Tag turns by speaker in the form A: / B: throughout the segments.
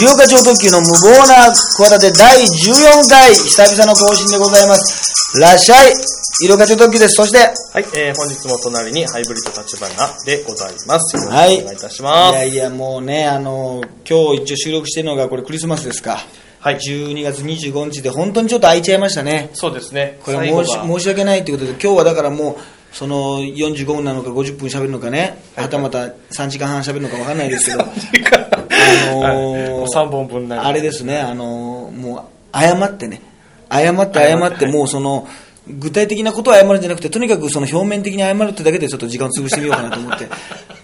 A: 医療課長特急の無謀な企て第14回、久々の更新でございます。らっしゃい医療課長特急です。そして、
B: はい、えー、本日も隣にハイブリッド立花でございます。よろしくお
A: はい
B: 願いいたします。
A: いやいや、もうね、あの、今日一応収録してるのが、これクリスマスですか。
B: はい
A: 12月25日で、本当にちょっと空いちゃいましたね。
B: そうですね。
A: これ
B: 最後
A: 申
B: が
A: し申し訳ないということで、今日はだからもう、その45分なのか50分喋るのかね、はたまた3時間半喋るのか分かんないですけど、あのー
B: はい三本分なり
A: あれですね、あのーもう謝ってね、謝って謝って、もうその、具体的なことを謝るんじゃなくて、とにかくその表面的に謝るってだけでちょっと時間を潰してみようかなと思 って、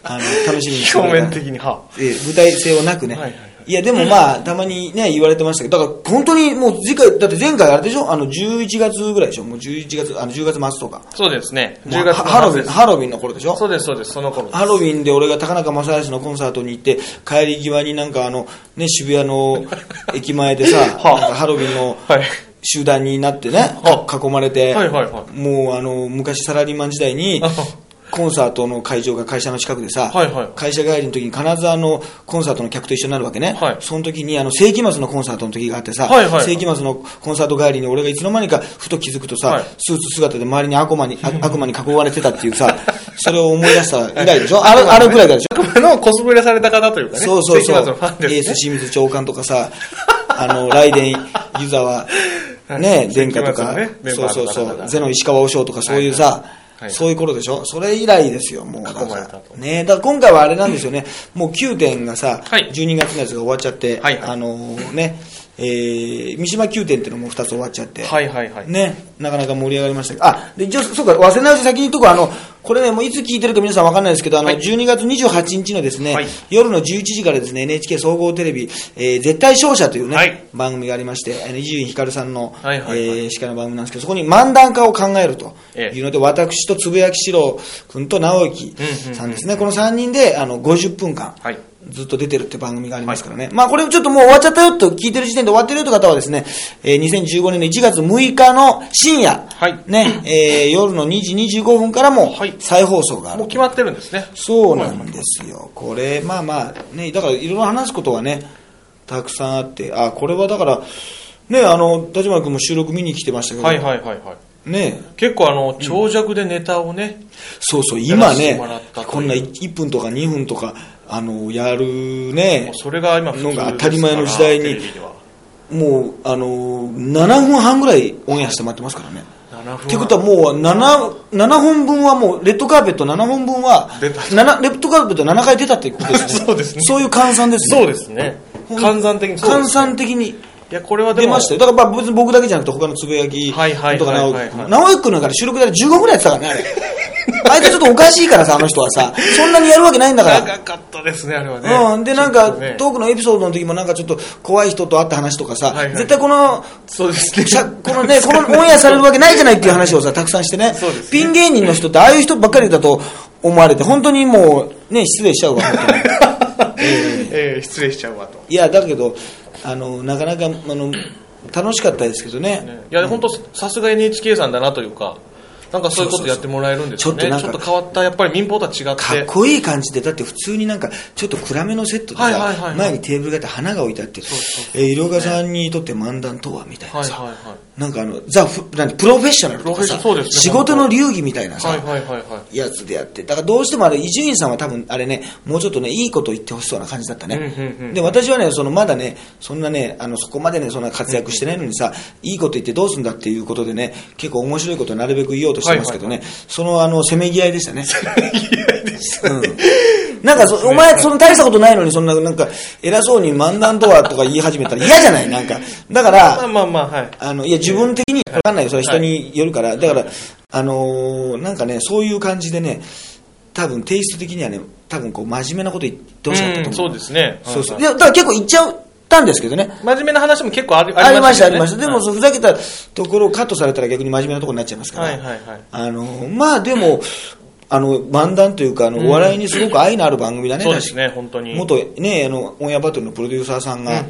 A: あの楽しみにしてくれた
B: 表面的には。
A: えー具体性はなくね、
B: はいいはい
A: やでもまあ、たまにね、言われてましたけど、だから本当にもう次回、だって前回あれでしょ、あの11月ぐらいでしょ、もう11月、あの10月末とか、
B: そうですね。
A: もう
B: 10月
A: ハ
B: の
A: ハロウィ
B: 末
A: ン
B: です。
A: ハロウィンの頃でしょ
B: そ、うです、そうです、その頃です。
A: ハロウィンで俺が高中正義のコンサートに行って、帰り際になんかあの、ね、渋谷の駅前でさ、なん
B: はあ
A: かハロウィンの
B: はい
A: 集団になってね、
B: は
A: か囲まれて、
B: はいはいはい
A: もうあの、昔サラリーマン時代に
B: あは、
A: コンサートの会場が会社の近くでさ、
B: はいはい
A: 会社帰りの時に必ずあのコンサートの客と一緒になるわけね、
B: はい
A: その時にあの世紀末のコンサートの時があってさ、
B: はいはい
A: 世紀末のコンサート帰りに俺がいつの間にかふと気づくとさ、
B: はい
A: スーツ姿で周りに悪魔にあ悪魔に囲われてたっていう さ、それを思い出した以来でしょ、あれあれぐらいからでしょ、
B: のコスプレされた方というかね。
A: そうそうそう、
B: 世紀末のファン
A: エ
B: で
A: ー
B: す
A: ス
B: ね。
A: 清水長官とかさ、 あの、雷電湯沢、ね、殿下とか、
B: 世紀末のねメン
A: そ
B: バ
A: う
B: ー
A: そう
B: の方々
A: そう、ゼノ石川和尚とかそういうさ、
B: いはい
A: そういう頃でしょそれ以来ですよ、もう。だか
B: 囲まれた
A: ら
B: と
A: ねだから今回はあれなんですよね、もう9点がさ、
B: はい
A: 12月のやつが終わっちゃって、
B: はいはい
A: あのね、えー、三島9点っていうのも2つ終わっちゃって、
B: はいはいはい。
A: ね、なかなか盛り上がりましたけど、あ、で、一応、そうか、忘れないうちに先に言っとく、あの、これね、もういつ聞いてるか皆さんわかんないですけど、あの、
B: はい
A: 12月28日のですね、
B: はい
A: 夜の11時からですね、NHK 総合テレビ、えー絶対勝者というね、
B: はい
A: 番組がありまして、あの伊集院光さんの、
B: はいはいはい
A: えー司会の番組なんですけど、そこに漫談家を考えると
B: ええ
A: いうので、私とつぶやきしろう君と直之さんですね、この3人で、あの、50分間、
B: はい。
A: ずっと出てるって番組がありますからね。まあこれちょっともう終わっちゃったよと聞いてる時点で終わってるよという方はですね、えー2015年の1月6日の深夜、
B: はい
A: ね、えー夜の2時25分からも
B: はい
A: 再放送がある。
B: もう決まってるんですね。
A: そうなんですよ。これ、まあまあ、ね、だからいろいろ話すことはね、たくさんあって、あ、これはだから、ね、あの、立花君も収録見に来てましたけど、
B: はいはいはいはい。
A: ね、
B: 結構あの、長尺でネタをね、
A: そうそう、
B: やら
A: 今
B: せて
A: ね
B: もらったとい、う
A: こんな1分とか2分とか、あの、やるね
B: もう、それが今普通ですから
A: のが当たり前の時代に
B: テレビでは
A: もう、あのー、7分半ぐらいオンエアしてもらってますからね。
B: 7分。
A: ってことはもう 7, 7本分はもう、レッドカーペット7本分は、
B: 出た
A: 7レッドカーペット7回出たっていうことですね。
B: そうですね
A: そういう換算ですね。
B: そうですね。換算的にそう
A: 換
B: です。
A: 算的に
B: いや、これはで
A: 出
B: も
A: まし、たよ。だからまあ別に僕だけじゃなくて他のつぶやきとか
B: はいはいはいはい
A: 直
B: はい
A: 樹君。直樹君なんか収録であれ15分ぐらいやってたからね、あれ。あいつちょっとおかしいからさ、あの人はさ。そんなにやるわけないんだから。
B: 長かったですね、あれはね。
A: うん、で、なんか、
B: ちょっとね
A: トークのエピソードの時もなんかちょっと怖い人と会った話とかさ、
B: はいはい
A: 絶対この、
B: そうですね。
A: しゃこのね、このオンエアされるわけないじゃないっていう話をさ、たくさんしてね
B: そうですね
A: ピン芸人の人ってああいう人ばっかりだと思われて、本当にもう、ね、失礼しちゃうわ、本当に
B: えー失礼しちゃうわと。
A: いや、だけど、あの、なかなか、あの、楽しかったですけどね。
B: いや、本当さすが NHK さんだなというか、なんかそういうことやってもらえるんですよね。
A: そう
B: ちょ
A: そう
B: っ
A: そうちょっとなんか
B: と変わった、やっぱり民放とは違っ。
A: かってこいい感じで、だって普通になんか、ちょっと暗めのセットで
B: はいはいはい
A: さ
B: は、い
A: 前にテーブルがあって花が置いてあって、えー、色賀さんにとって漫談とはみたい
B: は
A: ないさ、
B: はいはい。
A: なんかあの、ザ・フなんてプロフェッショナルとかさ、
B: プロフェッショナルそうです
A: 仕
B: ね
A: 事の流儀みたいなさ、
B: はいはいはいはい。
A: やつでやって、だからどうしてもあれ、伊集院さんは多分あれね、もうちょっとね、いいこと言ってほしそうな感じだったね。
B: うんうんうん
A: で、私はね、そのまだね、そんなね、あの、そこまでね、そんな活躍してないのにさ、いいこと言ってどうすんだっていうことでね、結構面白いことをなるべく言おうとしてますけどね、そのあの、せめぎ合いでしたね。うんなんかそ、お前、その大したことないのに、そんな、なんか、偉そうに漫談とはとか言い始めたら嫌じゃないなんか。だから、
B: まあまあまあ、はい。
A: あのいや自分的に分かんないよ、それは人によるから、だから、あのーなんかね、そういう感じでね、多分テイスト的にはね、多分こう真面目なこと言ってほしかったと
B: うん
A: 思う、
B: そうですね。
A: そうそう
B: はい
A: いやだから結構言っちゃったんですけどね、
B: 真面目な話も結構あり
A: ありました、あ
B: よね
A: りました、でも、そうふざけたところをカットされたら逆に真面目なところになっちゃいますから、
B: はいはいはい
A: あのーまあでも、あの漫談というかあの、お笑いにすごく愛のある番組だね、
B: そうですね、本当に。
A: 元ねあのオンエアバトルのプロデューサーさんが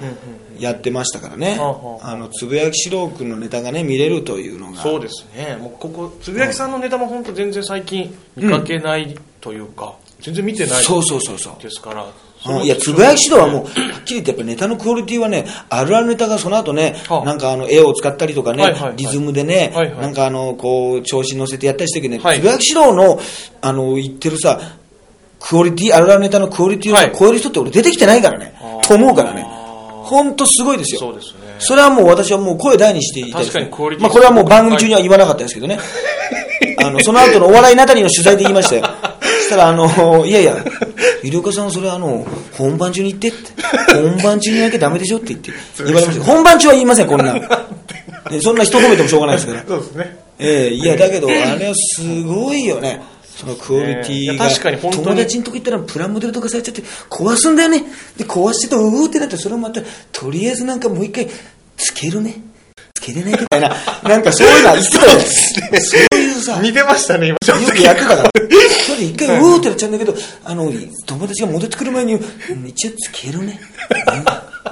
A: やってましたからね、
B: はあは
A: あのつぶやきしろう君のネタがね見れるというのが
B: そうですね。もうここ、つぶやきさんのネタも本当全然最近見かけないというか、全然見てない
A: そうそうそうそう
B: ですから、
A: うんいや、つぶやき指導はもう、はっきり言ってやっぱネタのクオリティはね、あるあるネタがその後ね、
B: はあ
A: なんかあの、絵を使ったりとかね、
B: はいはいはい
A: リズムでね、
B: はいはい
A: なんかあの、こう、調子に乗せてやったりしてるけどね、
B: はい
A: つぶやき指導の、あの、言ってるさ、クオリティ、あるあるネタのクオリティを
B: はい
A: 超える人って俺出てきてないからね、
B: あー
A: と思うからね。ほんとすごいですよ。
B: そうですね
A: それはもう私はもう声大にしていたですね
B: 確かにクオリティ
A: まあこれはもう番組中には言わなかったです けどね。あの、その後のお笑いなたりの取材で言いましたよ。そしたら、あの、いやいや、ゆりおかさんそれあの、本番中に言ってって。本番中にやらなきゃダメでしょって言って。言われました。本番中は言いません、こんなん。ねそんな人褒めてもしょうがないですから。
B: そうですね。
A: ええいや、だけど、あれはすごいよね。そのクオリティが、
B: いや確かに本当に
A: 友達のとこ行ったらプラモデルとかされちゃって壊すんだよねで壊してとうーってなってそれもまたとりあえずなんかもう一回つけるねつけれないみたい ななんかそういうのは言ってたよねそういうさ
B: 似てましたね、今、ちょっ
A: よくやってたから。それで一回、うーってなっちゃうんだけど、あの、友達が戻ってくる前に、うん一応つけるね。うん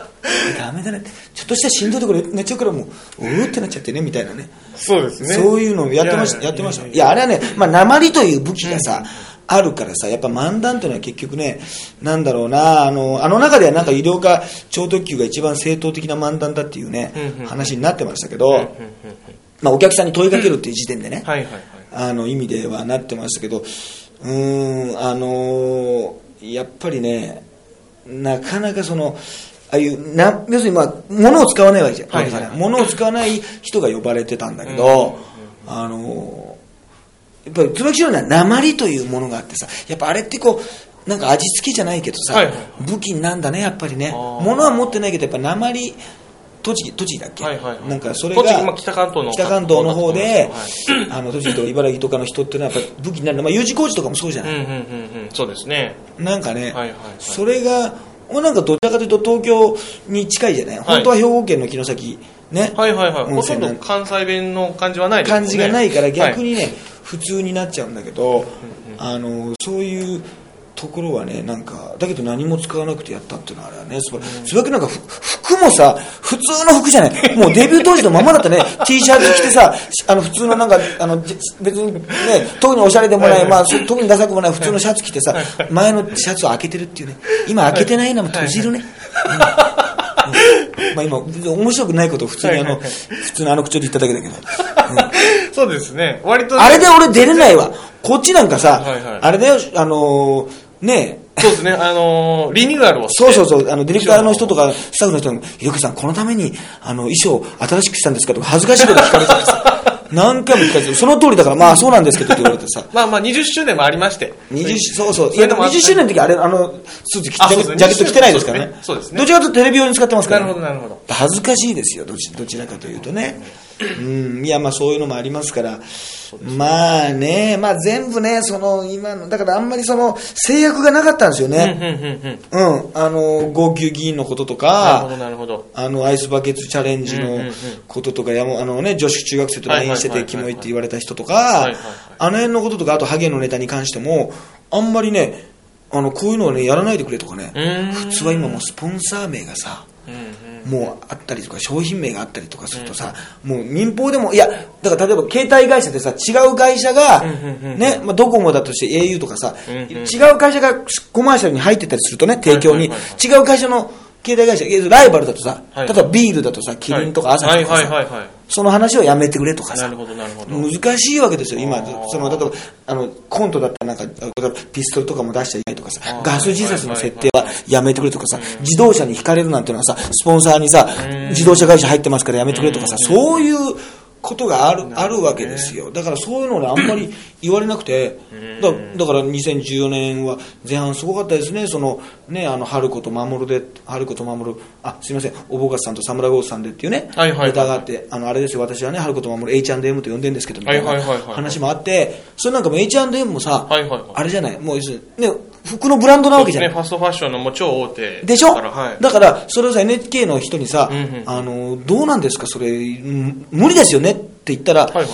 A: ダメだね。ちょっとした振動ところ寝ちゃうからもう、うーってなっちゃってね、みたいなね。
B: とそうですね。
A: そういうのをやってました、
B: い
A: やってました。いや、あれはね、まあ、鉛という武器がさ、あるからさ、やっぱ漫談というのは結局ね、なんだろうな、あの、あの中ではなんか医療科超特急が一番正当的な漫談だっていうね
B: うんうん、
A: 話になってましたけど、まあ、お客さんに問いかけるっていう時点でね、
B: はいはいはい。
A: あの意味ではなってましたけど、うーん、あのーやっぱりね、なかなかその、ああいうな要するに、まあ、物を使わないわけじゃ
B: はい
A: わけじゃない
B: はい
A: 物を使わない人が呼ばれてたんだけど、あのーやっぱり椿城には鉛というものがあってさ、やっぱあれってこう、なんか味付けじゃないけどさ、
B: はいはい
A: 武器になんだね、やっぱりね、
B: あー
A: 物は持ってないけど、やっぱ鉛、栃木栃木だっけ、
B: はいはいはい
A: なんかそれが
B: 栃木まあ北関東の
A: 北関東の方で、
B: は
A: あの栃木と茨城とかの人ってのはやっぱ武器になるの、まあ、U 字工事とかもそうじゃ
B: うん
A: な
B: う
A: い、
B: んうんうん。そうですね。
A: なんかね、
B: はいはいはい
A: それが、もうなんかどちらかというと東京に近いじゃない、本当は兵庫県の城崎、ね、
B: はいはいはい。
A: 温
B: ほと
A: 泉
B: ん
A: な
B: ど
A: んか
B: 関西弁の感じはないですも
A: 感
B: んね。
A: じがないから、逆
B: はい。
A: にね、普通になっちゃうんだけど、あのそういう。ところはねなんかだけど何も使わなくてやったっていうのはあれはね、そば椿なんかふ服もさ普通の服じゃないもうデビュー当時のままだったね T シャツ着てさあの普通のなんかあのじ別にね特におしゃれでもない、まあ、そ特にダサくもない普通のシャツ着てさ前のシャツを開けてるっていうね今開けてないのも閉じるね、うんまあ、今面白くないことを普通にあの、
B: はいはい
A: 普通のあの口調で言っただけだけど、
B: そうですね。割とね、
A: あれで俺出れないわ。こっちなんかさ、
B: はいはい
A: あれだよ、あのーねえ、
B: そうですね。あのー、リニューアルをして。
A: そうそうそう、あの、ディレクターの人とか、スタッフの人に、ひろきさん、このために、あの、衣装、新しくしたんですかとか、恥ずかしいこと聞かれて さ、何回も聞かれて、その通りだから、まあ、そうなんですけどって言われてさ、
B: まあまあ、20周年もありまして。
A: 20そうそう、い
B: それ
A: や、
B: で
A: で
B: も
A: も20周年の時、あれ、あの、スーツ着て、
B: あ
A: ジ
B: そう
A: ャケ
B: ですね
A: ジャケット着てないですからね。
B: そうですねそうですね
A: どちらかというとテレビ用に使ってますか
B: な
A: ら、ね。
B: るほど、なるほど。
A: 恥ずかしいですよどちどちらかというとね、うん、いやまあそういうのもありますから、まあね、まあ、全部ねその今のだからあんまりその制約がなかったんですよ
B: うん、うん、
A: ね、
B: うん、うん。
A: うん、あの号泣議員のことと
B: なるほど、
A: か
B: なるほど。
A: あのアイスバケツチャレンジ
B: うんうんう
A: の
B: ん
A: こととか、やもあのね、女子中学生と
B: はいはい
A: LINE
B: はい
A: して
B: はい
A: てキモいって言われた人と
B: はいは
A: か
B: いはい、
A: あの辺のこととか、あとハゲのネタに関しても、あんまりね、あのこういうのはね、やらないでくれとかね
B: う、ーん。
A: 普通は今もうスポンサー名がさ、
B: うん、うん。
A: もうあったりとか商品名があったりとかするとさ、もう民放でもいやだから例えば携帯会社でさ違う会社が、
B: うんうんうん
A: ねまあ、ドコモだとして au とかさ、
B: うんうん
A: 違う会社がコマーシャルに入ってたりするとね提供に、
B: はいはいは
A: 違う会社の携帯会社いやライバルだとさ、
B: はい
A: 例えばビールだとさキリンとか朝日とか
B: はい、
A: さ、
B: はい、はい、はい。
A: その話をやめてくれとか
B: な
A: さ
B: るほど、なるほど。
A: 難しいわけですよ、今
B: あー、
A: その例えばあのコントだったらなんか、例えばピストルとかも出しちゃいけないとか
B: あ
A: さ
B: ー、
A: ガス自殺の設定はやめてくれとかさ、自動車にひかれるなんてのはさ、スポンサーにさ
B: うん、
A: 自動車会社入ってますからやめてくれとかさ、
B: うん
A: そういうことがある,、あ
B: るほどね
A: るわけですよ、だからそういうのをね、あんまり言われなくて、だだから2014年は前半すごかったですね、そのねあの春子と守で、春子と守あすみません、おぼかさんと侍郷さんでっていうね、
B: はいはいはい
A: ネタがあって、あのあれですよ、私はね、春子と守 H&M と呼んでるんですけど、みたいな
B: はいはいはいはい
A: 話もあって、それなんかも H&M もさ、
B: はいはいはい
A: あれじゃない、もう要するにね、服のブランドなわけじゃない
B: ね、。ファストファッションのもう超大手
A: でしょ、
B: だからはい
A: だから、それをさ、NHK の人にさ、
B: うんうん
A: あの、どうなんですか、それ、うん無理ですよねって言ったら、
B: はいはい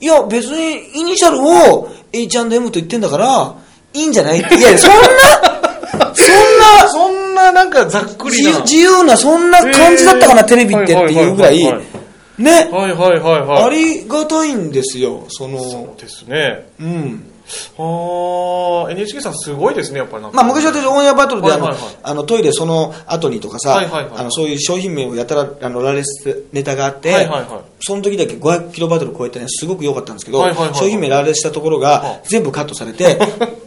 A: い、や、別にイニシャルを H&M と言ってんだから、いいんじゃ ないって、いやいや、そんな、そんな、
B: そんななんかざっくり
A: 自由
B: な
A: 自由な、そんな感じだったかな、
B: へー
A: テレビってっていうぐらい
B: はいはいはいはい、
A: ね、
B: はいはいはいはい
A: ありがたいんですよ、その、
B: そうですね
A: うん。
B: はあ NHK さんすごいですねやっぱりなんか
A: まあ、昔は私オンエアバトルであの、
B: はいはいはい
A: あのトイレその後にとかさ、
B: はいはいはい
A: あのそういう商品名をやたらあの羅列ネタがあって、
B: はいはいはい
A: その時だけ500キロバトル超えてねすごく良かったんですけど、
B: はいはいはいはい
A: 商品名羅列したところ
B: は
A: が
B: い
A: 全部カットされ て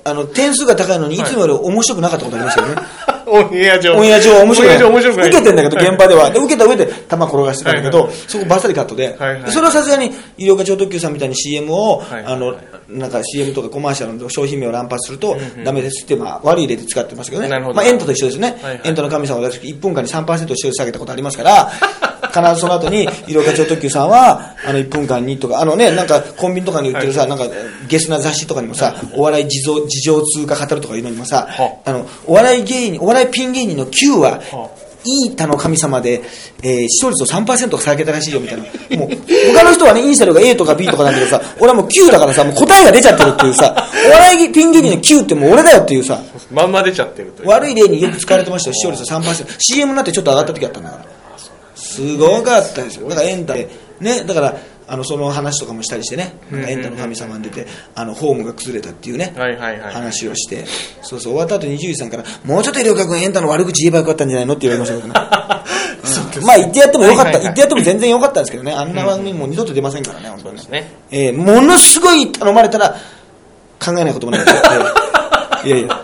A: あの点数が高いのにいつもより面白くなかったことありましたよね、
B: オンエア上
A: オンエア上は面白くない。
B: オンエア上面白くない
A: 受けてんだけど、
B: はい
A: 現場では。で、受けた上で球転がしてたんだけ
B: はい
A: ど
B: はい、
A: そこバッサリカットで。
B: はいはい
A: でそれはさすがに、医療課長特急さんみたいに CM を、
B: はいはい
A: あの、なんか CM とかコマーシャルの商品名を乱発するとダメですって、まあ、悪い例で使ってましたけどね。
B: なるほど
A: まあ、エントと一緒ですね
B: はいはい。
A: エントの神様を私、1分間に3%視聴率下げたことありますから、必ずその後 に、医療課長特急さんは、あの、1分間にとか、あのね、なんかコンビニとかに売ってるさ、なんか、ゲスな雑誌とかにもさ、お笑い事情事情通貨語るとかいうのにもさ
B: は、
A: あの、お笑い芸人、お笑いピン芸人の Q は
B: は、
A: いい他の神様で、えー視聴率を3%下げたらしいよみたいな。もう、他の人はね、イニシャルが A とか B とかなんだけどさ、俺はもう Q だからさ、もう答えが出ちゃってるっていうさ、お笑いピン芸人の Q ってもう俺だよっていうさ、
B: まんま出ちゃってるという
A: 悪い例によく使われてましたよ、視聴率が3%。CM なんてちょっと上がった時あったんだから。すごかったですよ。だからエンタで、ね、だから、あの、その話とかもしたりしてね、なんかエンタの神様に出て、あの、ホームが崩れたっていうね、
B: はいはい はい
A: 話をして、そうそう、終わった後に伊集院さんから、もうちょっと医療科君エンタの悪口言えばよかったんじゃないのって言われましたけどね。うんまあ言ってやってもよかった、
B: はいはいはい
A: 言ってやっても全然よかったんですけどね、あんな番組もう二度と出ませんからね、本当にね。
B: ね
A: えーものすごい頼まれたら考えないことも ないですよえーいやいや。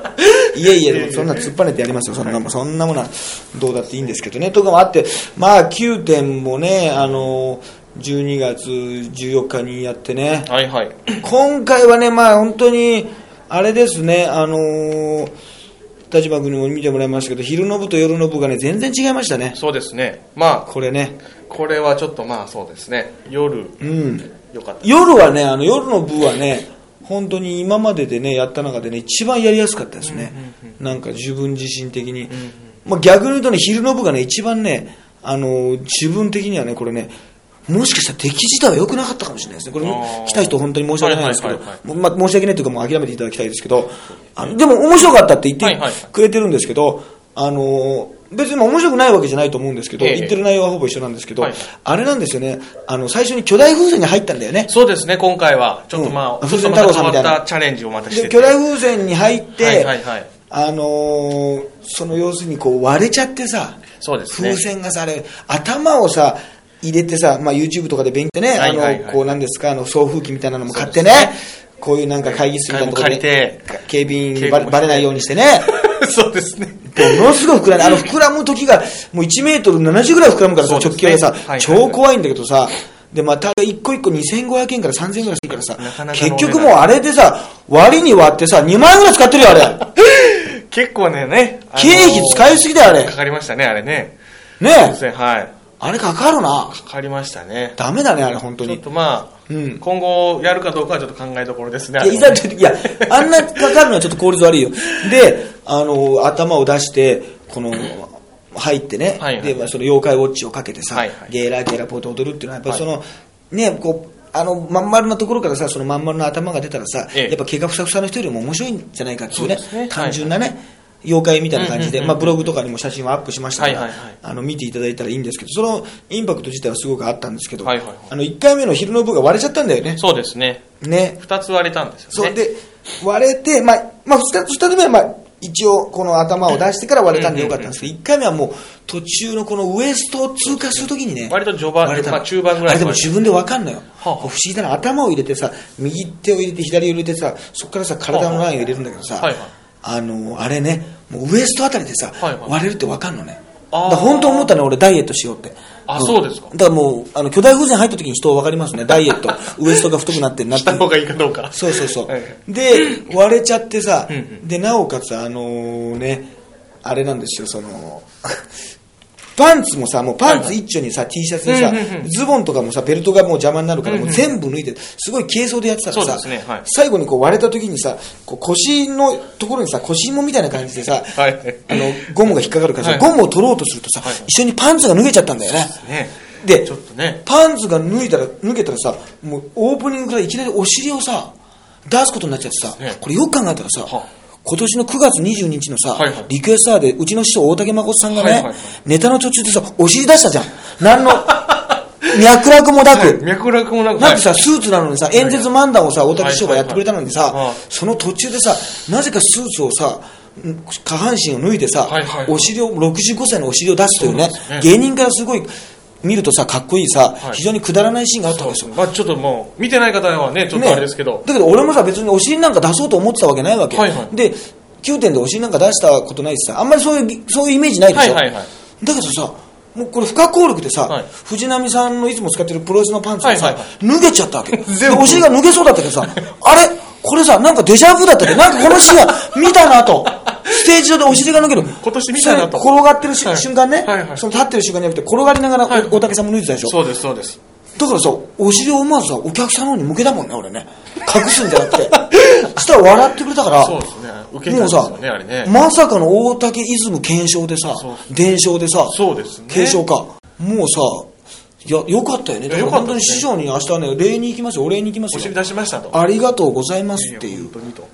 A: いやいや、でもそんな突っぱねてやりますよ、そんなもん、そんなものはどうだっていいんですけどね、とかもあって、まあ、9点もね、あの、12月14日にやってね、
B: はいはい
A: 今回はね、まあ、本当に、あれですね、あのー、立場君にも見てもらいましたけど、昼の部と夜の部がね、全然違いましたね、
B: そうですねまあ
A: これね。
B: これはちょっとまあそうですね夜
A: うん
B: よかった
A: 夜はね、あの夜の部はね、本当に今まででね、やった中でね、一番やりやすかったですね。なんか自分自身的に。まあ、逆に言うとね、昼の部がね、一番ね、あの、自分的にはね、これね、もしかしたら敵自体は良くなかったかもしれないですね。これ
B: あー、
A: 来た人本当に申し訳ないんですけど
B: はいはいはい、
A: もうまあ、申し訳ないというかもう諦めていただきたいですけど、あのでも面白かったって言
B: はいはい
A: ってくれてるんですけど、あの、別にまあ面白くないわけじゃないと思うんですけど、
B: ええ
A: 言ってる内容はほぼ一緒なんですけど
B: はい、
A: あれなんですよね、あの、最初に巨大風船に入ったんだよね。
B: そうですね今回はちょっとまあ、
A: うん
B: ちょっとまた変わったチャレンジをまたして
A: で
B: て
A: 巨大風船に入って、
B: はいはいはい
A: あのーその要するにこう割れちゃってさ、
B: そうですね
A: 風船がさ、あれ、頭をさ、入れてさ、まあ、YouTube とかで勉強ね、
B: は
A: あ
B: いはいはい
A: の、こうなんですか、あの、送風機みたいなのも買ってね、こういうなんか会議室みたいなところ
B: 一回も
A: で
B: 借りて、
A: 警備員に
B: 警備
A: バ
B: 員
A: レ
B: も
A: バレないようにしてね、
B: そうですね
A: ものすごい膨らんで、あの膨らむ時が、もう1メートル70ぐらい膨らむからさ、
B: そうですね
A: 直径がさ、
B: はいはい
A: 超怖いんだけどさ、で、また一個一個2500円から3000円ぐらいするからさ、
B: なかなかの
A: 結
B: お値段
A: 局もうあれでさ、割りに割ってさ、2万円ぐらい使ってるよ、あれ。
B: 結構ねねあのー
A: 経費使いすぎだよ、あれ
B: か。かりましたねあれね
A: ねえ
B: そうですねはい
A: あれかかるな。
B: かかりましたね
A: ダメだね、あれ、本当
B: ちょっ
A: に。
B: とまあ、
A: うん
B: 今後やるかどうかはちょっと考えどころですね。
A: いや、いざという時いや、あんなかかるのはちょっと効率悪いよ。で、あの、頭を出して、この、入ってね、
B: はいはい
A: で、まあ、その妖怪ウォッチをかけてさ、
B: はいはい
A: ゲーラーゲーラーポート踊るっていうのは、やっぱりその、ね、こう、あの、まん丸なところからさ、そのまん丸な頭が出たらさ、
B: ええ
A: やっぱ毛がふさふさの人よりも面白いんじゃないかっていうね、
B: そうですね
A: 単純なね、妖怪みたいな感じで、まあ、ブログとかにも写真はアップしましたから、
B: はいはいはい
A: あの見ていただいたらいいんですけど、そのインパクト自体はすごくあったんですけど、
B: はいはいはい
A: あの1回目の昼の部が割れちゃったんだよね。
B: そうですね。
A: ね
B: 二つ割れたんですよ
A: そ
B: ね。
A: うで割れて、まあまあ、2, 日目は、まあ、一応この頭を出してから割れたんでよかったんですけど、1回目はもう途中のこのウエストを通過するときにね、
B: 割と序盤
A: 割れたの
B: まあ中盤ぐら
A: あ
B: い
A: れでも自分でわかんのよ、
B: あはあ
A: こう不思議だな、頭を入れてさ、右手を入れて、左を入れてさ、そこからさ、体のラインを入れるんだけどさ、
B: はいはい
A: あのあれね、もうウエストあたりでさ、
B: はいはい
A: 割れるってわかんのね。だ
B: あー
A: から本当思ったね、俺、ダイエットしようって。
B: あそうですか
A: だからもう、あの巨大風船入った時に人は分かりますね、ダイエッ ト、ウエストが太くなってるなっ
B: してた。方がいいかどうか。
A: そうそうそう、
B: はい
A: で割れちゃってさ、
B: うんうん
A: でなおかつあのねあれなんですよそのパンツもさもうパンツ一丁にさ、T シャツにさ、
B: うんうんうん
A: ズボンとかもさベルトがもう邪魔になるから、もう
B: うんうん
A: 全部脱いですごい軽装でやってたからさ、
B: そうですねはい
A: 最後にこう割れた時にさこう腰のところにさ腰紐みたいな感じでさ、
B: はい
A: あのゴムが引っかかるからさ、
B: はい
A: ゴムを取ろうとするとさ、
B: はい
A: 一緒にパンツが脱げちゃったんだよね。
B: ね。
A: で
B: ちょっとね。
A: パンツが脱いだら脱げたらさもうオープニングからいきなりお尻をさ出すことになっちゃってさ、
B: ね
A: これよく考えたらさ、
B: は
A: 今年の9月22日のさ、
B: はいはい
A: リクエスターでうちの師匠大竹誠さんがね、
B: はいはいはい
A: ネタの途中でさお尻出したじゃん何の脈絡もなく。
B: 脈絡もなく
A: なん
B: はい
A: かさ、スーツなのにさ、演説漫談をさ、大竹師匠がやってくれたのに
B: はい
A: さ
B: はいはい、
A: その途中でさ、なぜかスーツをさ、ん下半身を脱いでさ
B: はいはいはい、
A: お尻を、65歳のお尻を出すというね
B: そうですね、
A: 芸人からすごい見るとさ、かっこいいさ
B: は、い
A: 非常にくだらないシーンがあった
B: そ
A: ん
B: う
A: で
B: ですす
A: よ。
B: まあちょっともう見てない方はねちょっとあれですけど、
A: ねだけど俺もさ別にお尻なんか出そうと思ってたわけないわけ、
B: はいはい
A: で9点でお尻なんか出したことないしさあんまりそういうそういうイメージないでしょ、
B: はいはいはい
A: だけどさもうこれ不可抗力でさ、
B: はい
A: 藤波さんのいつも使ってるプロレスのパンツをさ、
B: はいはい
A: 脱げちゃったわけ
B: 全部
A: でお尻が脱げそうだったけどさあれこれさなんかデジャブだったっけどなんかこのシーンは見たなとステージ上でお尻が脱げる
B: 今年見たなと
A: それ転がってるし、
B: はい
A: 瞬間ね、
B: はいはい
A: その立ってる瞬間じゃなくて転がりながらお
B: はい
A: 大竹さんも脱いでたでしょ
B: そうですそうです
A: だからさ、お尻を思わずさ、お客さんの方に向けたもんね、俺ね。隠すんじゃな くて。そしたら笑ってくれたから、
B: そうですね受けた
A: も
B: んで
A: う
B: す
A: さ
B: よねあれね、
A: まさかの大竹イズム検証でさ
B: そう、
A: 伝承でさ、
B: そうですね
A: 継承か。もうさ、いや、よかったよね。だから
B: よかっ
A: 本当
B: たで
A: に
B: す
A: 師
B: ね
A: 匠に明日ね、礼に行きますよ、お礼に行きま
B: お
A: す
B: 尻
A: よ。
B: 出しましたと
A: ありがとうございますっていう
B: 本当にと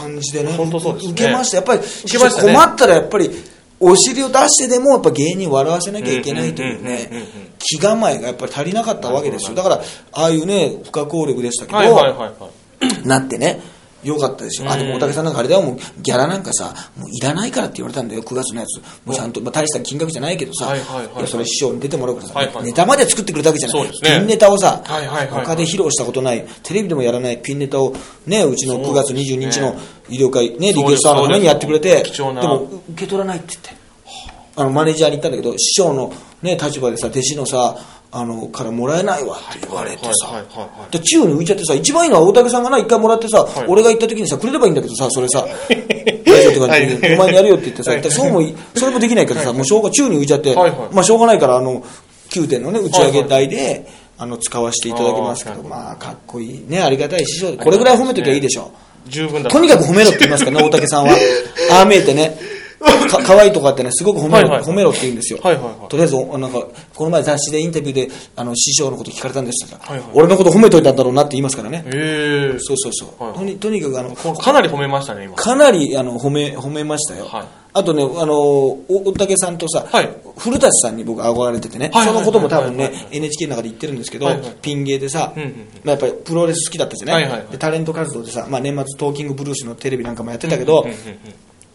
A: 感じでね。
B: 本当そうですね
A: 受けました。やっぱり、
B: けましたね
A: 困ったらやっぱり、お尻を出してでもやっぱ芸人を笑わせなきゃいけないというね
B: うんうんうんうんうん、
A: 気構えがやっぱり足りなかったわけですよ。だから、ああいうね、不可抗力でしたけど、
B: はいはいはいはい
A: なってね、よかったですよ。あ、でも大竹さんなんかあれだよ、もうギャラなんかさ、もういらないからって言われたんだよ、9月のやつ。もうちゃんと、まあ、大した金額じゃないけどさ、
B: はいはいはい
A: やそれ師匠に出てもらうからさ、
B: はいはいはい
A: ネタまで作ってくれたわけじゃない。
B: そうですね
A: ピンネタをさ、
B: はいはいはいはい
A: 他で披露したことない、テレビでもやらないピンネタをね、うちの9月
B: そうです
A: 22
B: ね
A: 日の医療会、ね、リ
B: そう
A: クエ
B: で
A: ス
B: す
A: トアのためにやってくれて、
B: 貴重な
A: でも受け取らないって言って。あのマネージャーに言ったんだけど、師匠の、ね、立場でさ、弟子のさ、あの、からもらえないわって言われてさ、
B: はいはいはいはい
A: で宙に浮いちゃってさ一番いいのは大竹さんがな一回もらってさ、
B: い
A: 俺が行った時にさくれればいいんだけどさそれさ大丈夫って感じでお前にやるよって言ってさ、
B: はい
A: でそうもいそれもできないからさ、もうしょうが宙に浮いちゃって、
B: はいはい
A: まあしょうがないからあの9点のね打ち上げ
B: は
A: 代で、あの使わせていただきますけ
B: あ
A: ど
B: ー
A: まあかっこいいねありがたい師匠これぐらい褒めときゃいいでしょ
B: 十分だ
A: とにかく褒めろって言います からね大竹さんはああ見えてねか可愛いとかってね、すごく褒めろ,、
B: はいはい
A: 褒めろって言うんですよ。
B: はいはいはい
A: とりあえず、おなんか、この前雑誌でインタビューで、あの、師匠のこと聞かれたんですって言ったら
B: はいはい
A: 俺のこと褒めといたんだろうなって言いますからね。
B: ええ
A: そうそうそう。
B: はい
A: とにとにかくあの、
B: こかなり褒めましたね今
A: かなりあの褒め褒めましたよ。
B: はい
A: あとね、あの、お大竹さんとさ、
B: はい
A: 古舘さんに僕憧れててね、
B: はいはい
A: そのことも多分
B: はい
A: ね
B: はいはい、
A: NHK の中で言ってるんですけど、
B: はいはい
A: ピン芸でさ、
B: うんうんうん
A: まあ、やっぱりプロレス好きだったしね、
B: はいはいはい
A: でタレント活動でさ、まあ、年末トーキングブルースのテレビなんかもやってたけど、
B: うんうんうん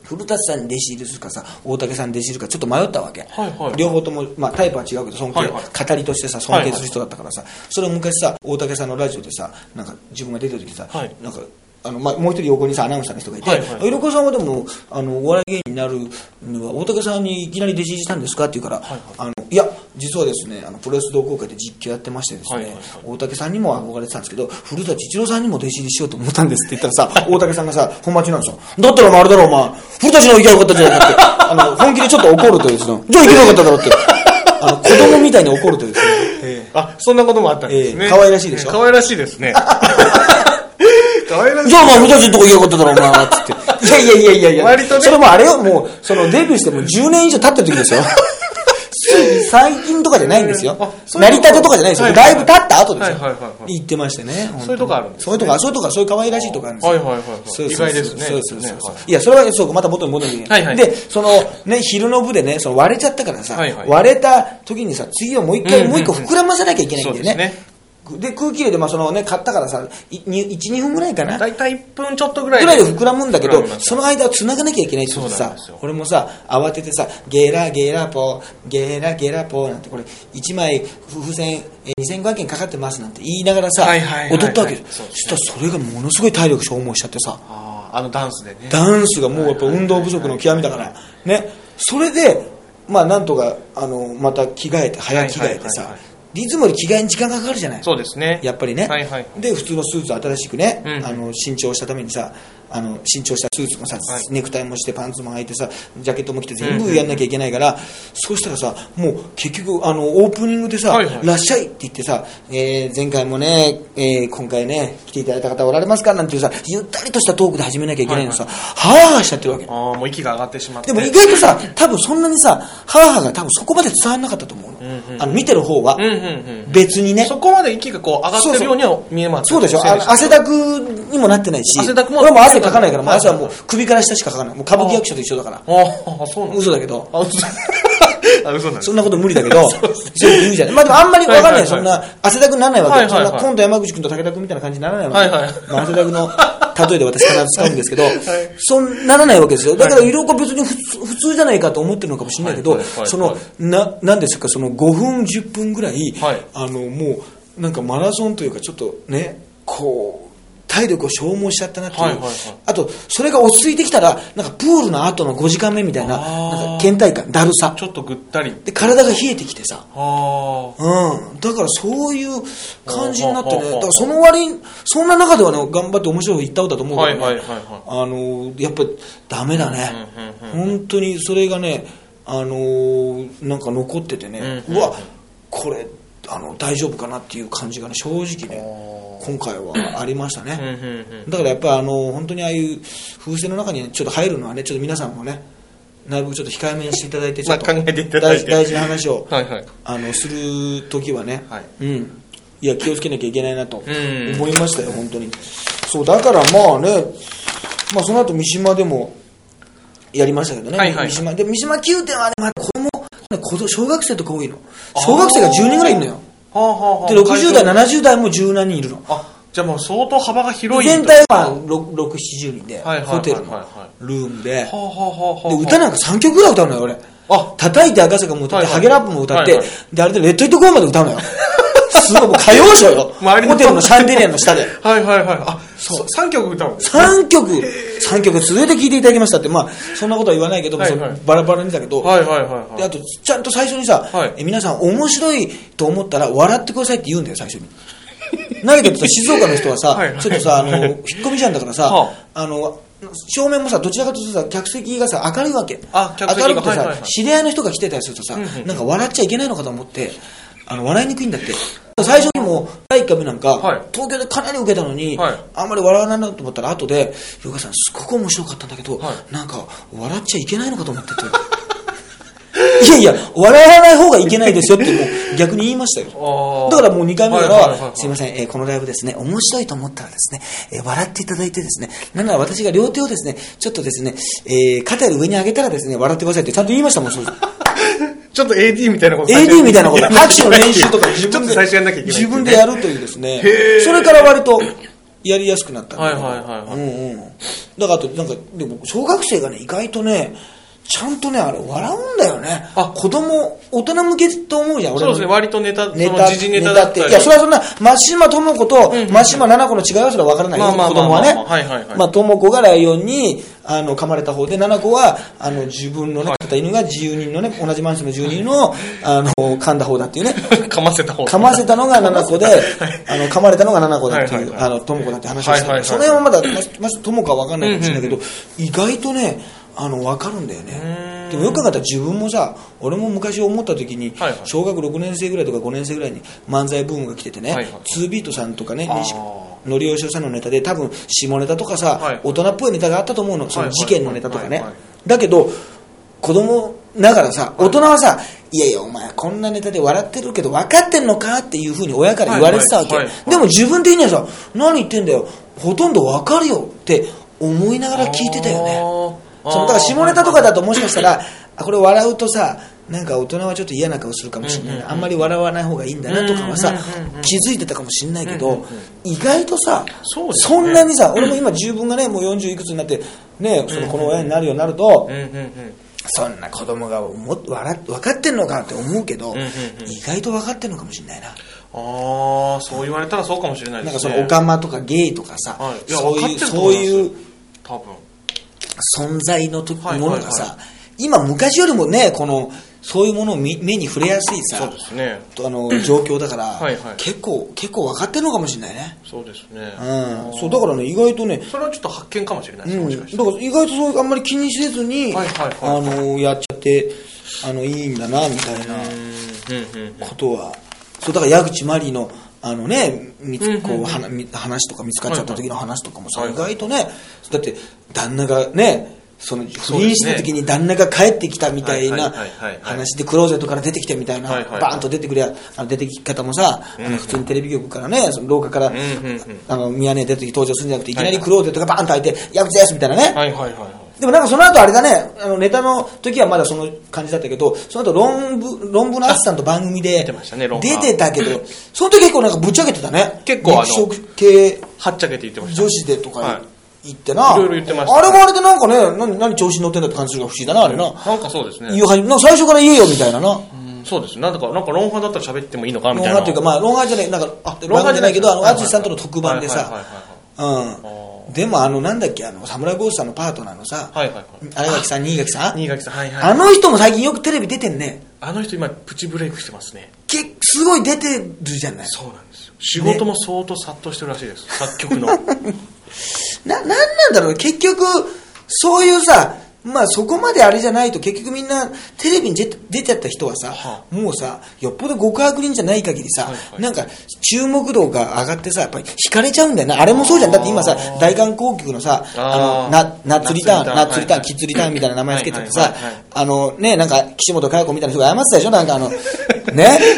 A: 古舘さんに弟子入りするかさ大竹さんに弟子入りするかちょっと迷ったわけ、
B: はいはい
A: 両方とも、まあ、タイプは違うけど尊敬、
B: はいはい
A: 語りとしてさ尊敬する人だったからさ、それを昔さ大竹さんのラジオでさなんか自分が出てる時さ、
B: はい
A: なんかあのまあ、もう一人横にさアナウンサーの人がいて、
B: はいはい
A: 色川さんはでもあのお笑い芸人になるのは大竹さんにいきなり弟子入りしたんですかって言うから、
B: はい
A: あのいや実はですねあのプロレス同好会で実況やってましてですね、
B: はいはいはい
A: 大竹さんにも憧れてたんですけど古舘一郎さんにも弟子入りしようと思ったんですって言ったらさ大竹さんがさ本番中なんですよだったらお前あれだろお前古舘の方が行きゃよかったじゃないかってあの本気でちょっと怒るというですねじゃあ行けばよかっただろうってあの子供みたいに怒るというですね、
B: あそんなこともあったんです
A: ええ
B: ね
A: 可愛らしいでしょ
B: 可愛らし いですね可愛らしい
A: じゃあお前古舘のとこ行きゃよかっただろお前はつっていやいやいやいやいや
B: 割とね
A: それもあれよもうそのデビューしてもう10年以上経ってる時ですよ最近とかじゃないんですよ
B: あ。そうい
A: 成
B: う
A: り
B: こと
A: 立てとかじゃないですよ。
B: はい
A: だ
B: はいい
A: ぶ
B: はい
A: 経った後ですよ。
B: はいはいはいはい
A: 言ってましてね。
B: そういうとこあるんですね
A: そういうとこ、あそういうとこ、そういう可愛らしいとこあるんですよ。
B: はいはいはいはい
A: そうそうそう
B: 意外ですね
A: そうそうそうそう
B: ねはい
A: や、それは、そう、また元に戻るんだけど
B: はいはい
A: で、その、ね、昼の部でね、その割れちゃったからさ
B: はいは、い
A: 割れた時にさ、次はもう一
B: うん
A: 回、
B: うん
A: もう一個膨らませなきゃいけない
B: そ
A: ん
B: う
A: だ
B: で
A: よ
B: す
A: ね
B: ね。
A: で、空気入れで、まあ、そのね、買ったからさ、1、2分ぐらいかな。
B: 大体1分ちょっとぐらい
A: ぐらいで膨らむんだけ
B: 膨
A: ど
B: らみ、ます
A: その間は繋がなきゃいけないって
B: そうな
A: さ
B: んですよ、
A: 俺もさ、慌ててさ、ゲラゲラポー、ゲラゲラポーなんて、これ、1枚風船えー2500円かかってますなんて言いながらさ
B: はいはいはい、はい
A: 踊ったわけよ。そ
B: そうです
A: したらそれがものすごい体力消耗しちゃってさ、
B: あーあのダンスでね
A: ダンスがもうやっぱ運動不足の極みだから、ね、それで、まあ、なんとか、あの、また着替えて、早着替えて
B: はい
A: さ
B: はいはいはい、
A: いつもより着替えに時間がかかるじゃない。
B: そうですね
A: やっぱりね、
B: はいはい
A: で普通のスーツ新しくね、
B: うん
A: あの新調したためにさあの新調したスーツもさ、
B: はい
A: ネクタイもしてパンツも履いてさジャケットも着て全部やんなきゃいけないから、そうしたらさもう結局あのオープニングでさ「
B: はいはい
A: らっしゃい」って言ってさ、えー前回もね、えー今回ね来ていただいた方おられますかなんていうさゆったりとしたトークで始めなきゃいけないのさ、はあはあしちゃってるわけ
B: ああもう息が上がってしまって
A: でも意外とさ多分そんなにさはあはあが多分そこまで伝わらなかったと思うの,、
B: うんうん
A: あの見てる方は、
B: うんうんうん
A: 別にね
B: そこまで息がこう上がってるようには見えます
A: そうでしょあの汗だくにもなってないし、
B: 汗だくも
A: 俺も汗かかないから、もう
B: はい
A: 汗はもう首から下しかかかない。もう歌舞伎役者と一緒だから。
B: ああそうなんだ
A: 嘘だけど。
B: あ嘘あ、嘘なんです
A: そんなこと無理だけ ど、そういうじゃない。まあでもあんまりわかんない。そんな汗だくにならないわけ。
B: はいはいはい
A: そんな今度山口君と武田君みたいな感じにならないわけ。
B: はいはい
A: まあ汗だく の例えで私必ず使うんですけど、そんならないわけですよ。だから色々別に普通普通じゃないかと思ってるのかもしれないけど、
B: はいはいはいはい
A: その、な、なんですか、その5分、10分ぐらい、
B: はい
A: あの、もう、なんかマラソンというかちょっとね、こう、体力を消耗しちゃったなっていう、
B: はいはいはい
A: あと、それが落ち着いてきたら、なんかプールの後の5時間目みたいな、
B: あ
A: な
B: ー
A: んか倦怠感、だるさ。
B: ちょっとぐったり。
A: で体が冷えてきてさ、
B: ああ。
A: うん、だからそういう感じになって
B: ほうほうほう
A: ね、
B: ほう
A: だからその割に、そんな中ではね、頑張って面白いこと言ったことだと思うけど、ね
B: はいはいはいはい
A: あのやっぱりダメだね、本当にそれがね、あのなんか残っててね、
B: う
A: うわ、これあの、大丈夫かなっていう感じがね、正直ね、今回はありましたね。
B: うんうんうん。
A: だからやっぱりあの本当にああいう風船の中にちょっと入るのはねちょっと皆さんもねなるべくちょっと控えめにしていただいてちょっと
B: まあ考えていただいて
A: 大事大事な話を、
B: はいはい
A: あのする時はね、
B: はい
A: うんいや気をつけなきゃいけないなと
B: ん
A: 思いましたよ本当にそうだからまあねまあその後三島でもやりましたけどね、
B: はいはい
A: 三島で三島宮殿はねまあ子供子供小学生とか多いの小学生が10人ぐらいいるのよ
B: はあはあはあ
A: で60代70代も10何人いるの
B: あ、じゃあもう相当幅が広いと。
A: 全体は670人で、
B: はいはいはいはい
A: ホテルのルームで
B: はあはあはあは
A: で
B: あ。
A: 歌なんか3曲ぐらい歌うのよ俺
B: あ
A: 叩いて赤坂も歌って、
B: はいはい
A: ハゲラップも歌って、
B: はいはい
A: であれでレッドイットゴーまで歌う のよすごいもう歌謡ショーよ
B: 周り
A: ホテルのシャンデリアの下で
B: はいはいはい。あ、そう。3曲歌うの
A: 3曲3曲続いて聴いていただきましたってまあそんなことは言わないけど、
B: はいはい
A: そのバラバラにだけど、
B: はいはいはい
A: で
B: は
A: あ
B: い。
A: とちゃんと最初にさ、
B: はい
A: え皆さん面白いと思ったら笑ってくださいって言うんだよ最初になんだけどさ 静岡の人はさ、
B: はいはい
A: ちょっと さあの引っ込みじゃんだからさ、
B: は
A: あの正面もさどちらかというとさ客席がさ明るいわけ
B: あ客席が
A: 明るくてさ、
B: はいはいはい
A: 知り合いの人が来てたりするとさ、
B: んうん
A: なんか笑っちゃいけないのかと思ってあの笑いにくいんだって最初にも第1回目なんか、
B: はい
A: 東京でかなり受けたのに、
B: はい
A: あんまり笑わないなと思ったら後で「よかさんすごく面白かったんだけど、
B: は
A: なんか笑っちゃいけないのかと思ってて」 いやいや、笑わない方がいけないですよってもう逆に言いましたよ
B: あ。ー
A: だからもう2回目から
B: はいはいはいは
A: は、
B: い
A: すいません、えーこのライブですね、面白いと思ったらですね、えー笑っていただいてですね、なんなら私が両手をですね、ちょっとですね、えー肩より上に上げたらですね、笑ってくださいってちゃんと言いましたもん、そうです
B: ちょっと AD みたいなこと 最初
A: AD みたいな こと、
B: やん
A: 拍手の練習とか
B: ち
A: 自
B: ょっと
A: 分で
B: 最初やんなきゃいけない。
A: 自分でやるというですね
B: へ、ー
A: それから割とやりやすくなったんだけど
B: はいはいはいは
A: う
B: い
A: んうん。だからあと、なんか、でも小学生がね、意外とね、ちゃんとね、あれ、笑うんだよね。
B: あ
A: 子供、大人向けと思うじゃん、俺
B: そう
A: も
B: ですね、割とネタ、そ
A: ネ
B: の
A: タ
B: 時事ネタだっ
A: ネタ
B: た
A: い
B: り。
A: や、それはそんな、松島智子と松島奈々子の違いはそれは分からないよ、
B: まあまあ
A: 子供は
B: まあまあまあはいはい
A: ね
B: は。い
A: まあ、智子がライオンに、あの、噛まれた方で、奈々子は、あの、自分のね、飼った犬が自由人のね、同じマンションの住人の、あの、噛んだ方だっていうね。
B: かませた方が
A: 噛ませたのが7個で、あの噛まれたのが7個だっていう、
B: はいはいはい
A: あの智子だって話ですけど、
B: はいはいはい
A: その辺はまだ、ままず智子は分かんないかもしれないけど、意外とね、あの分かるんだよね。でもよく考えたら自分もさ、俺も昔思った時に
B: はいはい、
A: 小学6年生ぐらいとか5年生ぐらいに漫才ブームが来ててね、
B: はいはい
A: 2ビートさんとかね、
B: ー
A: 西のりおしおさんのネタで、多分下ネタとかさ、
B: はい
A: 大人っぽいネタがあったと思うの、その事件のネタとか
B: は
A: ね
B: いはいはい。
A: だけど、子供ながらさ、大人はさ、いやいや、お前、こんなネタで笑ってるけど、分かってんのかっていうふうに親から言われてたわけ
B: はいはいはい。はい
A: でも自分的にはさ、何言ってんだよ、ほとんど分かるよって思いながら聞いてたよね。
B: あー
A: そのだから下ネタとかだともしかしたら、あこれ笑うとさ、なんか大人はちょっと嫌な顔するかもしれない、あんまり笑わない方がいいんだなとかはさ、
B: うんうんうんうん
A: 気づいてたかもしれないけど、意外とさ
B: そうですね
A: そんなにさ、俺も今自分がね、もう40いくつになって、ね、そのこの親になるようになると、
B: うんうんうん。
A: そんな子供が思っ笑っ分かってんのかって思うけど、
B: んうんうん
A: 意外と分かってんのかもしれないな。
B: ああ、そう言われたらそうかもしれない
A: な
B: で
A: んか
B: す
A: そ
B: ね。
A: のオカマとかゲイとかさ、
B: はいいや
A: そう
B: 分
A: い
B: か
A: う、
B: ってると
A: そう
B: 思います
A: いう
B: 多分。
A: 存在の時
B: はい
A: ものがさ、
B: はい
A: 今昔よりもね、この、そういうものを見目に触れやすい
B: そう
A: さ
B: で、すね。
A: あの、 状況だから、
B: はいはい
A: 結構、結構分かってんのかもしれないね。
B: そうですね。
A: うん。そう、だからね、意外とね、
B: それはちょっと発見かもしれないです、
A: うん、
B: も
A: だ
B: し
A: か
B: からして。
A: 意外とそういうあんまり気にせずに、
B: はいはいは
A: あのやっちゃってあのいいんだなみたいな
B: うんうんうん。
A: ことは、そうだから矢口真理のあのねみつこうはなみ話とか見つかっちゃった時の話とかもさ、
B: はいはい
A: 意外とねだって旦那がねその不倫した時に旦那が帰ってきたみたいな
B: はいはいはいはい
A: 話でクローゼットから出てきてみたいな、
B: はいはいはい
A: バーンと出てくりゃあの出てき方もさ、あの普通にテレビ局からねその廊下から、
B: んうんうん
A: あのミヤネ屋出てきて登場するんじゃなくていきなりクローゼットがバーンと開いて「矢口です」みたいなね、
B: はいはいはいはい。
A: でもなんかその後あれだね、あのネタの時はまだその感じだったけど、その後論文、論文の淳さんと番組で
B: 出てましたね論文
A: 出てたけ ど、その時結構なんかぶっちゃけてたね。
B: 結構あの
A: 肉食系
B: はっちゃけて言ってました
A: 女子でと
B: は
A: か
B: い
A: 言ってな。
B: いろいろ言ってました
A: あれもあれでなんかね、何、何調子に乗ってんだって感じするが不思議だな、あれな。
B: なんかそうですね
A: 言うはじめなんか最初から言えよみたいなな。
B: うんそうですねなんだかなんかロンハーだったら喋ってもいいのかなみ
A: ロン
B: たい
A: ハ
B: な
A: ーっていうか、まあ、ロンハーじゃない、なんか、あ、
B: ロ
A: ロ
B: ン
A: ンハー
B: ハーじ
A: じ
B: ゃ
A: ゃ
B: な
A: ないい
B: け
A: け
B: ど
A: ど、あの、
B: はいはいはい
A: 淳さんとの特番で
B: はいはいはい
A: さ、うん。でも、あの、なんだっけ、あの、侍ゴーストさんのパートナーのさ、
B: はいはいはい
A: 新垣さん、新垣さん
B: 新垣さんはいはい
A: あの人も最近よくテレビ出てんね。
B: あの人今プチブレイクしてますね
A: けすごい出てるじゃない。
B: そうなんですよ仕事も相当殺到してるらしいです、作曲 の
A: な、なんなんだろうね結局、そういうさ、まあそこまであれじゃないと結局みんなテレビに出て出ちゃった人はさ、
B: は
A: もうさ、よっぽど極悪人じゃない限りさ、
B: はいはい
A: なんか注目度が上がってさ、やっぱり惹かれちゃうんだよな。あれもそうじゃん。だって今さ
B: あー、
A: 大韓航空のさ、
B: あー
A: あの、なナッツリターン、
B: ナ
A: ナ
B: ッ
A: ッ
B: ツ
A: ツ
B: リ
A: リタ
B: ター
A: ー
B: ン
A: ン、キッズリターンみたいな名前つけててさ
B: はいはいはいはい、
A: あのね、なんか岸本佳代子みたいな人が謝ってたでしょなんかあの、ね、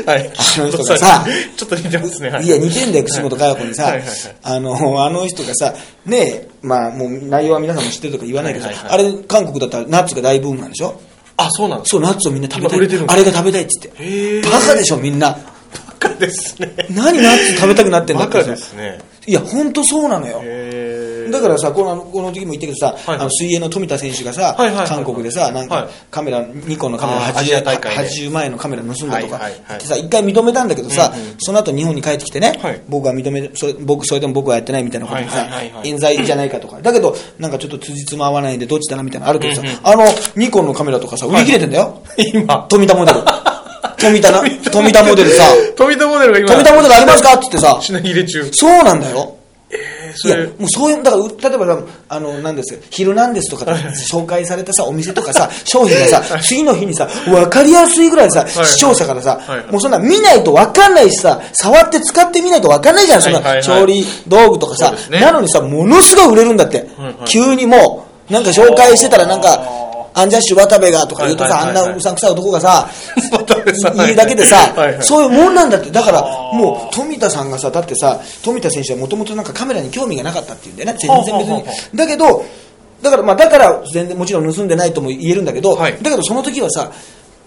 B: はい
A: あの人がさ、
B: ちょっと似てますねはい
A: や、似てんだよ、岸本佳代子に
B: は
A: さ
B: いはいはい、
A: あの、あの人がさ、ねえ、まあ、もう内容は皆さんも知ってるとか言わないけど
B: はいはいは
A: あれ、韓国だったらナッツが大ブームなんでしょ
B: あそうなんです
A: そう、ナッツをみんな食べた
B: 今売れてるん
A: い。
B: だ
A: あれが食べたいっつっ
B: へ
A: て。
B: ー
A: バカでしょ、みんな。
B: バカですね
A: 何ナッツ食べたくなってんだ
B: バ
A: っ
B: カ
A: て
B: で
A: さ。
B: すね
A: いや、ほんとそうなのよ。
B: へえ
A: だからさ、このあのこの時も言ったけどさ、
B: はい
A: あの水泳の富田選手がさ、
B: はいはいはい
A: 韓国でさ、なん
B: はい
A: かカメラ、ニコンのカメラ
B: あーアジア
A: 80
B: 大会で
A: 80万円のカメラ盗んだとか
B: はいはいはい
A: 言ってさ、一回認めたんだけどさ
B: うんうん、
A: その後日本に帰ってきてね
B: はい、
A: 僕は認め、それ僕、それでも僕はやってないみたいなことで
B: は
A: さ
B: いはいはいは、い
A: 冤罪じゃないかとか、だけど、なんかちょっと辻褄合わないんでどっちだなみたいなのあるけどさ
B: うんうん、
A: あの、ニコンのカメラとかさ、売り切れてんだよ。
B: 今
A: 富田モ デル。富田な、富田モデルさ、
B: 富田モデルが今
A: 富田モデルありますかって言ってさ、
B: 品切れ中
A: そうなんだよ。
B: えー
A: い
B: そ
A: や
B: れ
A: もうそういうだからう例えばさあのなんですヒルナンデスとかで紹介されたさお店とかさ商品がさ次の日にさ分かりやすいぐらいさ
B: はい
A: 視聴者からさ
B: はい
A: もうそんな見ないと分かんないしさ触って使ってみないと分かんないじゃんそん
B: はいはいは
A: ない調理道具とか
B: そう
A: さ
B: ですね
A: なのにさものすごい売れるんだって
B: はいはい
A: 急にもうなんか紹介してたらなんかアンジャッシュ渡部がとか言うとさ
B: は
A: あ
B: い
A: ん
B: はいはいはい
A: なうさんくさい男がさ
B: 渡部さん
A: 言うだけでさ
B: はいはい
A: そういうもんなんだってだから
B: あー
A: もう富田さんがさだってさ富田選手はもともとカメラに興味がなかったっていうんだよね全然別
B: ほうほう
A: に
B: ほうほ
A: だけどだからまあだから全然もちろん盗んでないとも言えるんだけど、
B: はい
A: だけどその時はさ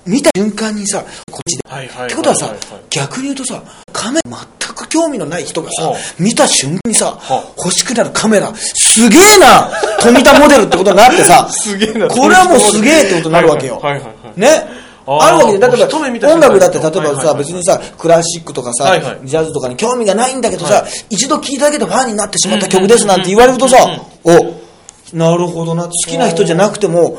A: 見た瞬間にさこっちで、
B: はいはいはいはい
A: ってことはさ、
B: はいはい
A: 逆に言うとさカメラ全く興味のない人がさ、
B: はあ
A: 見た瞬間にさ、
B: はあ
A: 欲しくなるカメラすげえな富田モデルってことになってさ
B: すげえな
A: これはもうすげえってことになるわけよ、
B: はいはいはいはい
A: ね
B: あー
A: あるわけで、
B: 一目見
A: 例え
B: た
A: ば
B: 瞬
A: 音
B: 間
A: 楽だって、例えば
B: はいはいは
A: さ、
B: い
A: 別にさ、クラシックとか
B: はいは
A: さ
B: い、
A: ジャズとかに興味がないんだけどさ
B: は、
A: 一度聴いたけどファンになってしまった曲ですなんて言われるとさ、お、なるほどな、好きな人じゃなくても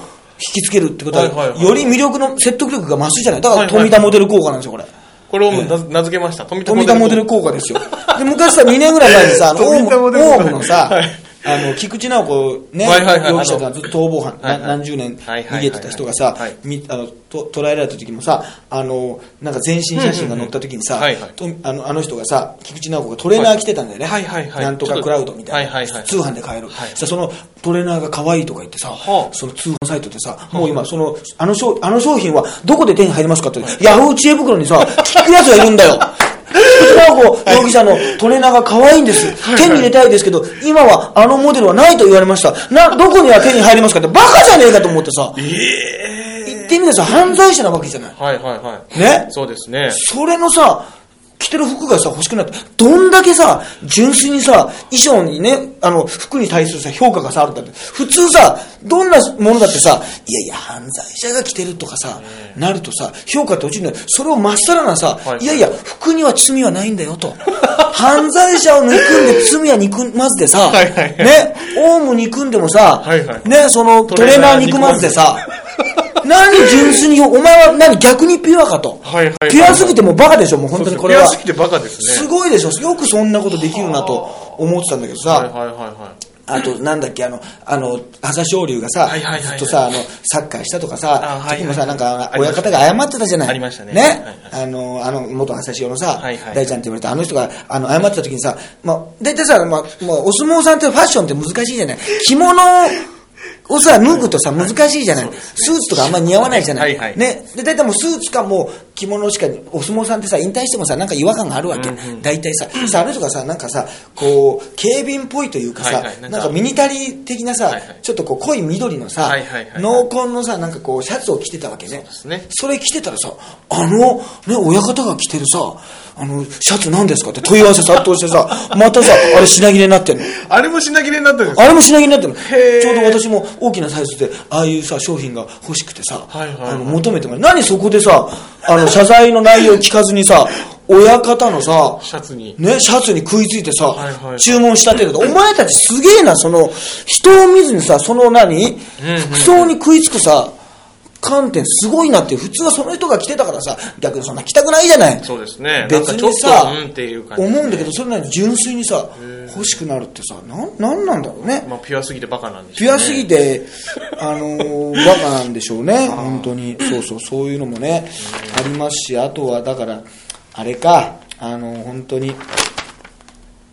A: 引きつけるってことは
B: はいはいは、い
A: より魅力の説得力が増すじゃない。だか
B: はい
A: ら
B: はい
A: 富田モデル効果なんですよ、これ。
B: これをな名付けました富
A: 富田モデル効果ですよ。で、昔さ、2年ぐらい前にさ、あのオ
B: 富田モ
A: ウ
B: デ
A: ム
B: ル効
A: オ
B: 果
A: ウムのさ
B: はい、
A: あの、菊池直子ね、
B: はいはいはい
A: 容疑者がずっと逃亡犯、
B: はいはい
A: な何十年
B: はいはいはい
A: 逃
B: はい
A: げてた人がさ
B: はい、
A: みあの、と捉えられた時もさ、あの、なんか全身写真が載った時に
B: うん
A: さ
B: うんうんはいはい、
A: とあのあの人がさ、菊池直子がトレーナー着てたんだよね。
B: はいはいはいはい
A: なんとかクラウドみたいな。
B: はいはいはい
A: 通販で買える。
B: はい
A: さそのトレーナーが可愛いとか言ってさ
B: は、あ
A: その通販サイトでさ、もう今、その、あの商あの商品はどこで手に入りますかって、ヤフー知恵袋にさ、聞くやつがいるんだよ。菊池直子容疑者のトレーナーが可愛いんです。手に入れたいですけど、今はあのモデルはないと言われました。な、どこには手に入りますかって、バカじゃねえかと思ってさ、言ってみてさ、犯罪者なわけじゃない。
B: はいはいはい
A: ね
B: そうですね
A: それのさ、着てる服がさ、欲しくなって、どんだけさ、純粋にさ、衣装にね、あの、服に対するさ、評価がさ、あるんだって。普通さ、どんなものだってさ、いやいや、犯罪者が着てるとかさ、なるとさ、評価って落ちるんだよ。それをまっさらなさ、
B: はい
A: い、やいや、服には罪はないんだよと。犯罪者を憎んで罪は憎まずでさ、
B: はいはいはい
A: ね、オウム憎んでもさ、
B: はいはい
A: ね、その、トレーナー憎まずでさ、何純粋に、お前は何逆にピュアかと。
B: はいはいはい
A: ピュアすぎてもうバカでしょ、もう本当にこれ
B: ピ
A: は
B: ア。スきてバカです
A: す
B: ね
A: ごいでしょ、よくそんなことできるなと思ってたんだけど
B: はい
A: さ、
B: はいはいは
A: あとなんだっけ、あの、あの、朝青龍がさ
B: はいはいはいはい、
A: ずっとさ、あの、サッカーしたとか
B: あ
A: さ
B: は、い
A: 時もさ、なんか
B: ありま
A: 親
B: した
A: 方が謝ってたじゃない。
B: ありましたね
A: あの、あの、元朝潮のさ
B: はいはい、
A: 大ちゃんって言われたあの人が、あの、謝ってた時にさ、まあ、大体さ、まあ、もうお相撲さんってファッションって難しいじゃない。着物ををさ、脱ぐとさ、難しいじゃない、スーツとかあんまり似合わないじゃない、
B: はいはい
A: ね、で大体もうスーツかもう着物しか、お相撲さんってさ、引退してもさ、なんか違和感があるわけ、大体さ、さあの人がさ、なんかさ、こう、警備員っぽいというかさ、
B: はいはい
A: な
B: なんん
A: か
B: か
A: ミニタリー的なさ、
B: はいはい
A: ちょっとこう濃い緑のさ、
B: はいはいはいはい
A: 濃紺のさ、なんかこう、シャツを着てたわけね。そう
B: ですね
A: それ着てたらさ、あの、ね、親方が着てるさ、あの、シャツ何ですかって問い合わせ殺到してさ、 またさ、あれ品切れになってんの。
B: あれも品切れになったんです
A: あれも品切れになってるの
B: へー
A: ちょうど私も大きなサイズでああいうさ商品が欲しくてさ、
B: はいはいはい
A: あの求めてもらう何そこでさあの謝罪の内容聞かずにさ親方のさ
B: シャツに
A: ね、シャツに食いついてさ、
B: いはい
A: 注文した ってるけどお前たちすげえなその人を見ずにさその何服装に食いつくさ観点すごいなって普通はその人が着てたからさ逆にそんな着たくないじゃない
B: そうですね
A: 別
B: なんかちょ
A: に
B: っと
A: さ
B: うんっていう感じですね
A: 思うんだけどそれなりに純粋にさ欲しくなるってさなんなんなんだろうね
B: まあ、ピュアすぎてバカなんでし
A: ピ
B: ょう
A: ュ
B: ね
A: アすぎて、あのーバカなんでしょうね、本当に。そうそう、そういうのもね、ありますし、あとは、だから、あれか、あのー本当に、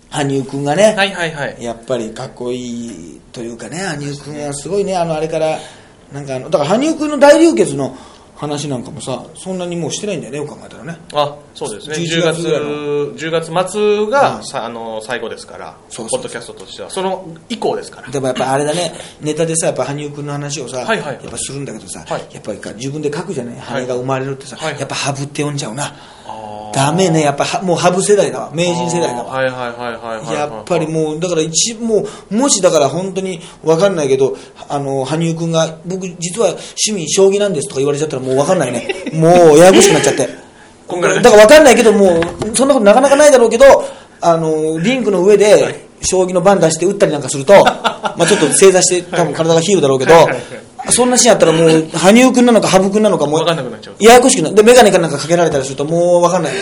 A: 羽生くんがね、
B: はいはいはい
A: やっぱりかっこいいというかね、羽生くんはすごいね、あの、あれから、なんかあの、だから羽生くんの大流血の話なんかもさ、そんなにもうしてないんだよね、よく考えたらね。
B: あそうですね
A: 11月
B: 10月
A: ぐらいの
B: ,10 月末が、
A: うん
B: さあの最後ですから
A: そうそう
B: ポッドキャストとしてはその以降ですから
A: でもやっぱあれだね、ネタでさ、やっぱ羽生君の話をさ、
B: はいはい
A: やっぱするんだけどさ、
B: はい
A: やっぱりか自分で書くじゃない、羽
B: い
A: が生まれるってさ、
B: はい
A: やっぱ羽生って呼んじゃうな、
B: あー
A: ダメね、やっぱはもう羽生世代だわ、名人世代だ
B: あー
A: わ。
B: はいはいはいはいはいはい
A: やっぱりもう、だから一、もう、もしだから本当に分かんないけど、あの、羽生君が、僕実は趣味将棋なんですとか言われちゃったらもう分かんないね。もう、ややこしくなっちゃって。
B: こんが
A: だ
B: らが
A: から分かんないけど、もう、そんなことなかなかないだろうけど、あの、リンクの上で、将棋の番出して打ったりなんかする と、まあちょっと正座して、多分体が冷えるだろうけど
B: はいはいはい、
A: そんなシーンあったらもう、羽生君なのか羽生君なのかもう、
B: 分かんなくなっちゃう
A: ややこしくなる。で、メガネかなんかかけられたりすると、もう分かんない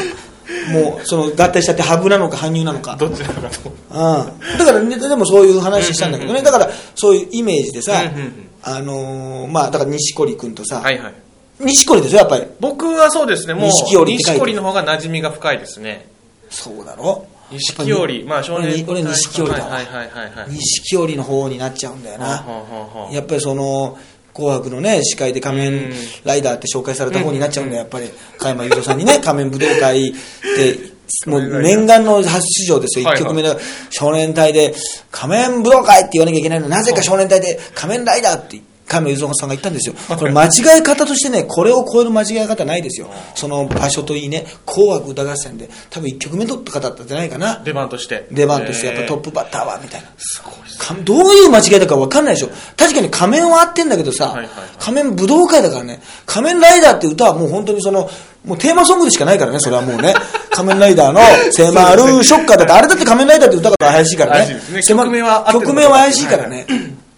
A: わ。もう、その、合体しちゃって、羽生なのか羽生なのか。
B: どっちなのかと思って
A: うん、だからネタでもそういう話したんだけどね、だからそういうイメージでさ
B: うんうんうん、
A: あのーまあ、だから錦織君とさ、
B: はいはい
A: 錦織でしょ、やっぱり、
B: 僕はそうですねもう
A: 錦織って書いて
B: 錦織の方が馴染みが深いですね
A: そうだろ、
B: 錦織まあ少年
A: 俺、俺錦織だわ
B: はいはいはいはいはい
A: 錦織の方になっちゃうんだよ
B: ほう
A: な、
B: ほうほう
A: やっぱりその、紅白のね、司会で仮面ライダーって紹介された方になっちゃうんだよ、やっぱり、加山雄三さんに ね、仮面武道会って、もう念願の初出場ですよ、
B: はい
A: 1
B: は
A: 曲
B: い
A: 目で、少年隊で、仮面武道会って言わなきゃいけないのになぜか少年隊で仮面ライダーって、亀山雄三さんが言ったんですよ。これ間違え方としてね、これを超える間違え方ないですよ。その場所といいね、紅白歌合戦で、多分1曲目取った方だったんじゃないかな。
B: 出番として
A: 出番として、やっぱトッ
B: プ
A: プバッターは、みたいな。
B: すごいです
A: かどういう間違いだか分かんないでしょ確かに仮面は合ってんだけどさ、
B: はいはいはい
A: 仮面武道会だからね仮面ライダーって歌はもう本当にそのもうテーマソングでしかないからねそれはもう ね仮面ライダーの「迫るショッカー」だってあれだって仮面ライダーって歌が怪しいから
B: 怪しい
A: ね
B: ですね
A: 迫
B: 曲名は合ってる
A: 曲名は怪しいからね、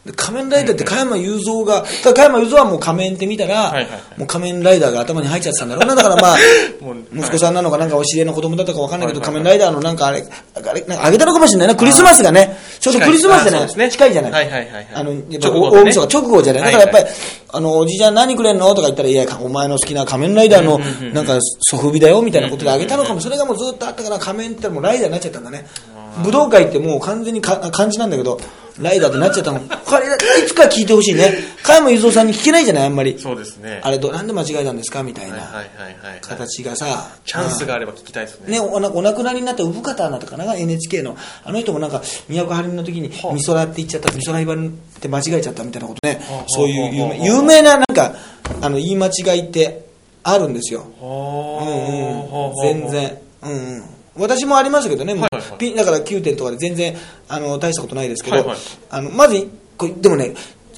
A: で仮面ライダーって加山雄三が、だから加山雄三はもう仮面って見たら、
B: はいはい
A: もう仮面ライダーが頭に入っちゃってたんだろうな、だからまあ、
B: もう
A: 息子さんなのか、なんかお知り合いの子供だったかわかんないけど、
B: はいはい
A: 仮面ライダーのなんかあれ、あれ、なんかあげたのかもしれないな、クリスマスがね、ちょうどクリスマスで
B: 近いあそう
A: ね
B: ですね
A: 近いじゃない。
B: はいはいはいはい
A: あの、やっぱ
B: 直後
A: 大
B: でね
A: 晦日、直後じゃない。だからやっぱり、
B: は
A: あの、おじちゃん何くれんのとか言ったら、いや、お前の好きな仮面ライダーの、なんか、ソフビだよ、みたいなことであげたのかも、それがもうずっとあったから、仮面ってもうライダーになっちゃったんだね。武道会ってもう完全にか漢字なんだけど、ライダーってなっちゃったの。これ、いつか聞いてほしいね。加山雄三さんに聞けないじゃない、あんまり。
B: そうですね
A: あれど、なんで間違えたんですかみたい
B: はいは
A: ない
B: はいはい
A: 形がさ。
B: チャンスがあれば聞きたいですね
A: ね、おなお亡くなりになった産方なったかな NHK のあの人もなんか都はりの時に美空って言っちゃった美空ひばりって間違えちゃったみたいなことね
B: はあ
A: そういう有
B: はあ
A: 名有名ななんかあの言い間違いってあるんですようんうん
B: う
A: 全然うんうん私もありましたけどね、もう
B: はいはいはい
A: ピンだから9点とかで全然あの大したことないですけど、
B: はいはい
A: あのまずこれでもね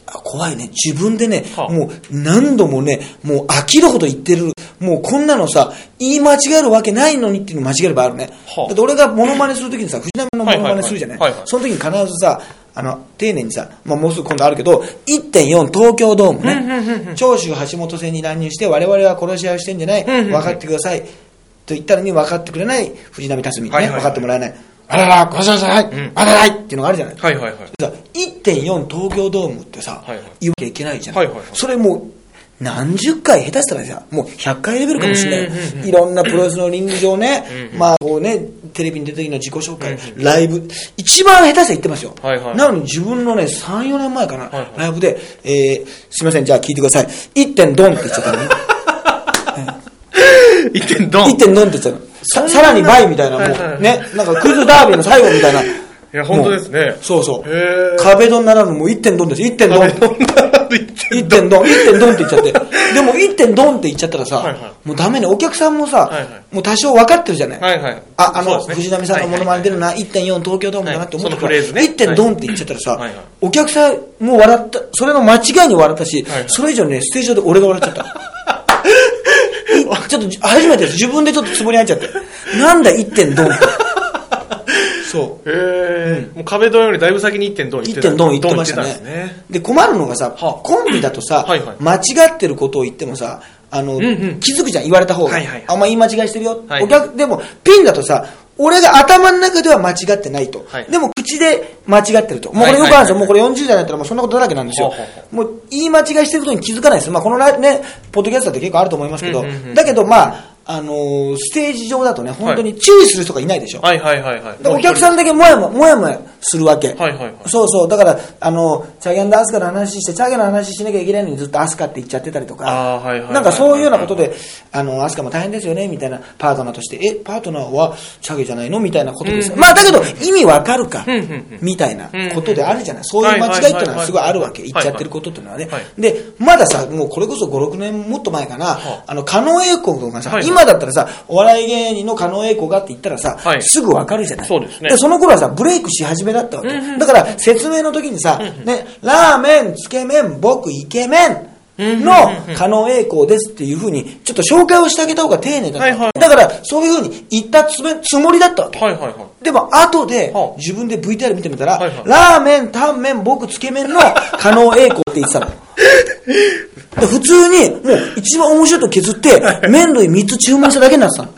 A: あ怖いね自分でね、
B: はあ
A: もう何度もねもう飽きるほど言ってるもうこんなのさ言い間違えるわけないのにっていうの間違えればあるね、
B: はあ
A: だって俺がモノマネするときにさ藤波のモノマネするじゃない,、
B: はいはいはいはいはい
A: その時に必ずさあの丁寧にさ、まあ、もうすぐ今度あるけど1.4東京ドームね長州橋本線に乱入して我々は殺し合いをしてんじゃない分かってくださいと言ったのに分かってくれない藤波辰巳に
B: はい
A: ね
B: はいはい
A: 分かってもらえないあらら殺し合いじゃない
B: ん
A: あららいっていうのがあるじゃない
B: はいはいはい
A: さ1.4東京ドームってさ、
B: はいはい
A: 言わなきゃいけないじゃん、
B: はいはいはい
A: それもう何十回下手したらさ、もう100回レベルかもしれない。いろんなプロレスのリング上ね、まあこうね、テレビに出た時の自己紹介、ライブ、一番下手したら言ってますよ。
B: はいはい
A: なのに自分のね、3、4年前かな、
B: いはい
A: ライブで、えー、すいません、じゃあ聞いてください。1点ドンって言っちゃったのね。
B: 一点ドン。
A: 1点ドンって言っちゃったのささらに前みたいな、もう、
B: はいはい
A: ね、なんかクイズダービーの最後みたいな。
B: いや、本当ですね。
A: そうそう
B: へ。ー
A: 壁ドンならぬ、もう1点ドンです。1点ドン。
B: 一
A: 一点ドン、一点ドンって言っちゃ って。でも一点ドンって言っちゃったらさ、
B: はいは
A: もうダメね、お客さんもさ、
B: はいはい
A: もう多少分かってるじゃない。
B: はいはい
A: あ、あ
B: そう
A: の、
B: ですね
A: 藤波さんのものまね出るな、1.4東京ドームだなって思ったから、
B: はいそのフレーズね
A: 一点ドンって言っちゃったらさ、
B: はいはい
A: お客さんも笑った、それの間違いに笑ったし、
B: はいはい
A: それ以上にね、ステージ上で俺が笑っちゃ った。いちょっと初めてです。自分でちょっとつぼに入っちゃって。なんだ一点ドンって。そう。
B: へえ。もう壁ドンよりだいぶ先に一点ドン
A: 一点ドン言ってました
B: ドン行ってんです
A: ね。で、困るのがさ、コンビだとさ
B: はいはい、
A: 間違ってることを言ってもさ、あの、
B: うん
A: 気づくじゃん、言われた方が
B: はいはい。
A: あ、お前言い間違いしてるよ。
B: はい
A: お客、でも、ピンだとさ、俺が頭の中では間違ってないと
B: はい。
A: でも、口で間違ってると。もうこれよ
B: はい
A: くあるん
B: はい
A: ですよ。もうこれ40代だったらもうそんなことだらけなんですよ
B: ほうほうほ。
A: もう、言い間違いしてることに気づかないです。まあ、このラね、ポッドキャストって結構あると思いますけど
B: うんうんうん、
A: だけど、まあ、あのーステージ上だとね、本当に注意する人がいないでしょ。
B: はいはいはいはい。
A: でお客さんだけもやももやもやするわけ、
B: はいはいはい
A: そうそうだからあのチャゲンダアスカの話してチャゲの話しなきゃいけないのにずっとアスカって言っちゃってたりとか
B: あーはいはいはい
A: なんかそういうようなことであのアスカも大変ですよねみたいなパートナーとしてえパートナーはチャゲじゃないのみたいなことです、まあだけど意味わかるか、
B: んうんうん
A: みたいなことであるじゃない、
B: うん
A: そういう間違いっていうのはすごいあるわけ
B: はい
A: 言
B: は
A: っ
B: いはい
A: ちゃってることっていうのはね、
B: はい
A: でまださもうこれこそ56年もっと前かな、
B: は
A: あの狩野英孝がさ、
B: はいはい
A: 今だったらさお笑い芸人の狩野英孝がって言ったらさ、
B: はい
A: すぐわかるじゃない
B: そうですね
A: その頃はさ、ブレイクし始めだったわけ。だから、説明の時にさ、ね、ラーメン、つけ麺、僕、イケメン。の、加納栄光ですっていうふうに、ちょっと紹介をしてあげた方が丁寧だった。
B: はいはい
A: だから、そういうふうに言ったつめつもりだったわけ。
B: はいはいはい。
A: でも、後で
B: はあ、
A: 自分で VTR 見てみたら、
B: はいはい
A: ラーメン、タンメン、僕、つけ麺の、加納栄光って言ってた の。で普通に、もう、一番面白いと削って、麺類3つ注文しただけになってたの。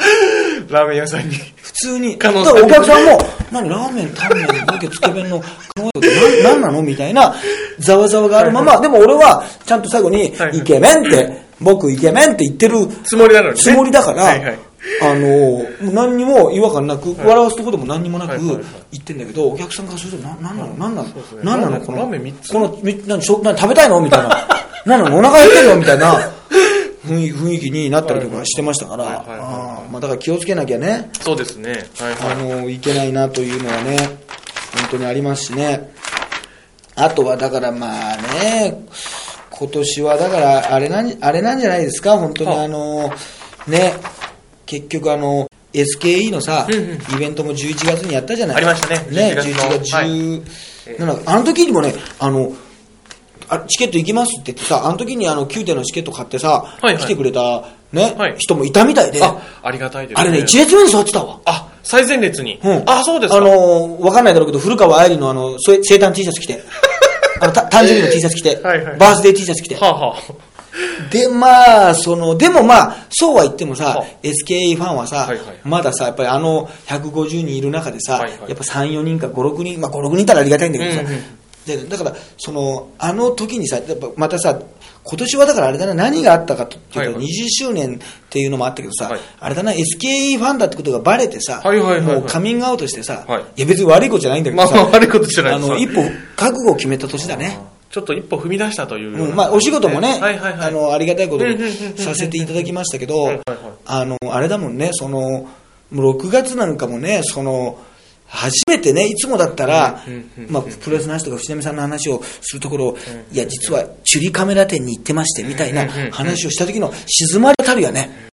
B: ラーメン屋さんに。
A: 普通に。
B: 可
A: だから
B: 能性
A: お客さんも、何、ラーメン、タンメン、だけつけ麺の、可能性な何なのみたいな、ざわざわがあるまま、でも俺は、ちゃんと最後に
B: はいは、い
A: イケメンって、僕イケメンって言ってる
B: つもりなのにね。
A: つもりだから、
B: はいはい。
A: あの、何にも違和感なく、笑わすとこでも何にもな
B: は
A: く
B: いはいはい
A: 言ってんだけど、お客さんからすると、な、なんなの何なの
B: すね
A: 何な
B: ラー
A: の
B: メン
A: こ
B: ラ
A: の、
B: ー
A: こ
B: メン三つ
A: の、み何、しょ何食べたいのみたいな。 何なのお腹減ってるのみたいな。雰囲雰囲気になったりとかしてましたから、
B: はいはいはいはい
A: あーまあだから気をつけなきゃね。
B: そうですね。はい
A: あ
B: はい。
A: のいけないなというのはね、本当にありますしね、あとはだからまあね、今年はだからあれなん、あれなんじゃないですか、本当に
B: はあ
A: あの、ね、結局あの、SKE のさ、
B: うんうん
A: イベントも11月にやったじゃない
B: ありましたね
A: ね、11
B: 11月の
A: 月17、あの時にもね、あの、あチケット行きますって言ってさ、あの時にあの9点のチケット買ってさ、
B: いはい
A: 来てくれた、ね
B: はい
A: 人もいたみたいで、
B: あ
A: あ、
B: ありがたいです、
A: れね、1列目に座ってたわ。
B: あ、最前列に。
A: うん、
B: あ、そうですか。
A: あのー、わかんないだろうけど、古川愛理のあの、そ生誕 T シャツ 着て、あの、た誕生日の T シャツ着て、
B: はいはい
A: バースデー T シャツ着て。
B: はあ、は
A: で、まあ、その、でもまあ、そうは言ってもさ
B: は、
A: SKE ファンはさ
B: はいはい、
A: まださ、やっぱりあの、150人いる中でさ
B: はいは、い
A: やっぱ3、4人か5、6人、まあ5、6人いたらありがたいんだけどさ
B: うんうん、
A: でだから、その、あの時にさ、やっぱまたさ、今年はだからあれだな、何があったかとっていうと、
B: はいはい
A: 20周年っていうのもあったけどさ
B: はい、
A: あれだな、SKE ファンだってことがバレてさ、
B: はいはいはいはい
A: もうカミングアウトしてさ
B: はい、
A: いや別に悪いことじゃないんだけ
B: ま
A: ど
B: あまあ
A: さ、
B: 悪いことじゃない
A: あ
B: です。
A: の、一歩覚悟を決めた年だね。
B: ちょっと一歩踏み出したというよう
A: う
B: な。
A: んまあ、お仕事もね、
B: はいはいはい。
A: あのありがたいこと
B: うんうんうんうん
A: にさせていただきましたけ
B: はいは
A: ど
B: いはい、
A: あのあれだもんね、その6月なんかもね、その初めてね、いつもだったら
B: うんうんう、ん
A: まあ、プロレスの話とか、藤波さんの話をするところ、いや、実はチュリカメラ店に行ってましてみたいな
B: うんうんうん
A: 話をした時の静まりたるやね、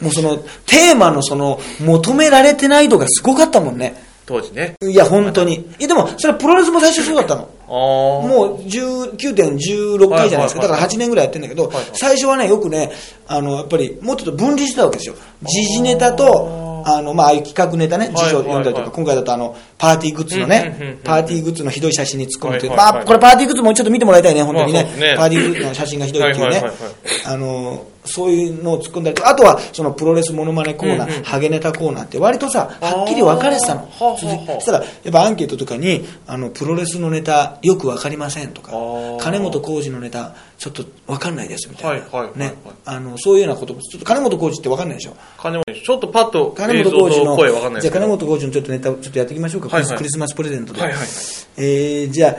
A: もうそのテーマのその求められてない度がすごかったもんね、
B: 当時ね。
A: いや、本当に。いやでも、それはプロレスも最初そうだったの。
B: ああ。も
A: もう9.16回じゃないですか、
B: はいはいはい
A: だから8年ぐらいやってるんだけど、
B: はいはい
A: 最初はね、よくね、あのやっぱりもうちょっと分離してたわけですよ、時事ネタと、あのまあ、ああいう企画ネタね、
B: はい
A: 辞書を読んだりとか、
B: はいはい
A: 今回だとあのパーティーグッズのね、
B: うんうんうんうん
A: パーティーグッズのひどい写真に突っ込むという、
B: はいはいはい
A: まあ、これ、パーティーグッズもうちょっと見てもらいたいね、本当にね、
B: まあそうですね
A: パーティーグッズの写真がひどいっていうね、
B: はいはいはいはい
A: あのそういうのを突っ込んだりとあとはそのプロレスモノマネコーナー、
B: うんうん
A: ハゲネタコーナーって割とさはっきり分かれてたの
B: あーはあはあは
A: そ
B: あ
A: したらやっぱアンケートとかにあのプロレスのネタよく分かりませんとか
B: あー
A: 金本浩二のネタちょっと分かんないですみたいな、
B: はいはいはいはい
A: ね、あのそういうようなこともちょっと金本浩二って分かんないでしょ
B: 金本ちょっとパッと
A: 金
B: 映
A: 本
B: 像
A: 浩二の
B: と声わかんない
A: じゃ
B: で
A: あ
B: すけ
A: 金
B: ど
A: 本浩二のちょっとネタちょっとやっていきましょうか、
B: はいはい
A: クリスマスプレゼントで、
B: はいはいはい
A: えーじゃあ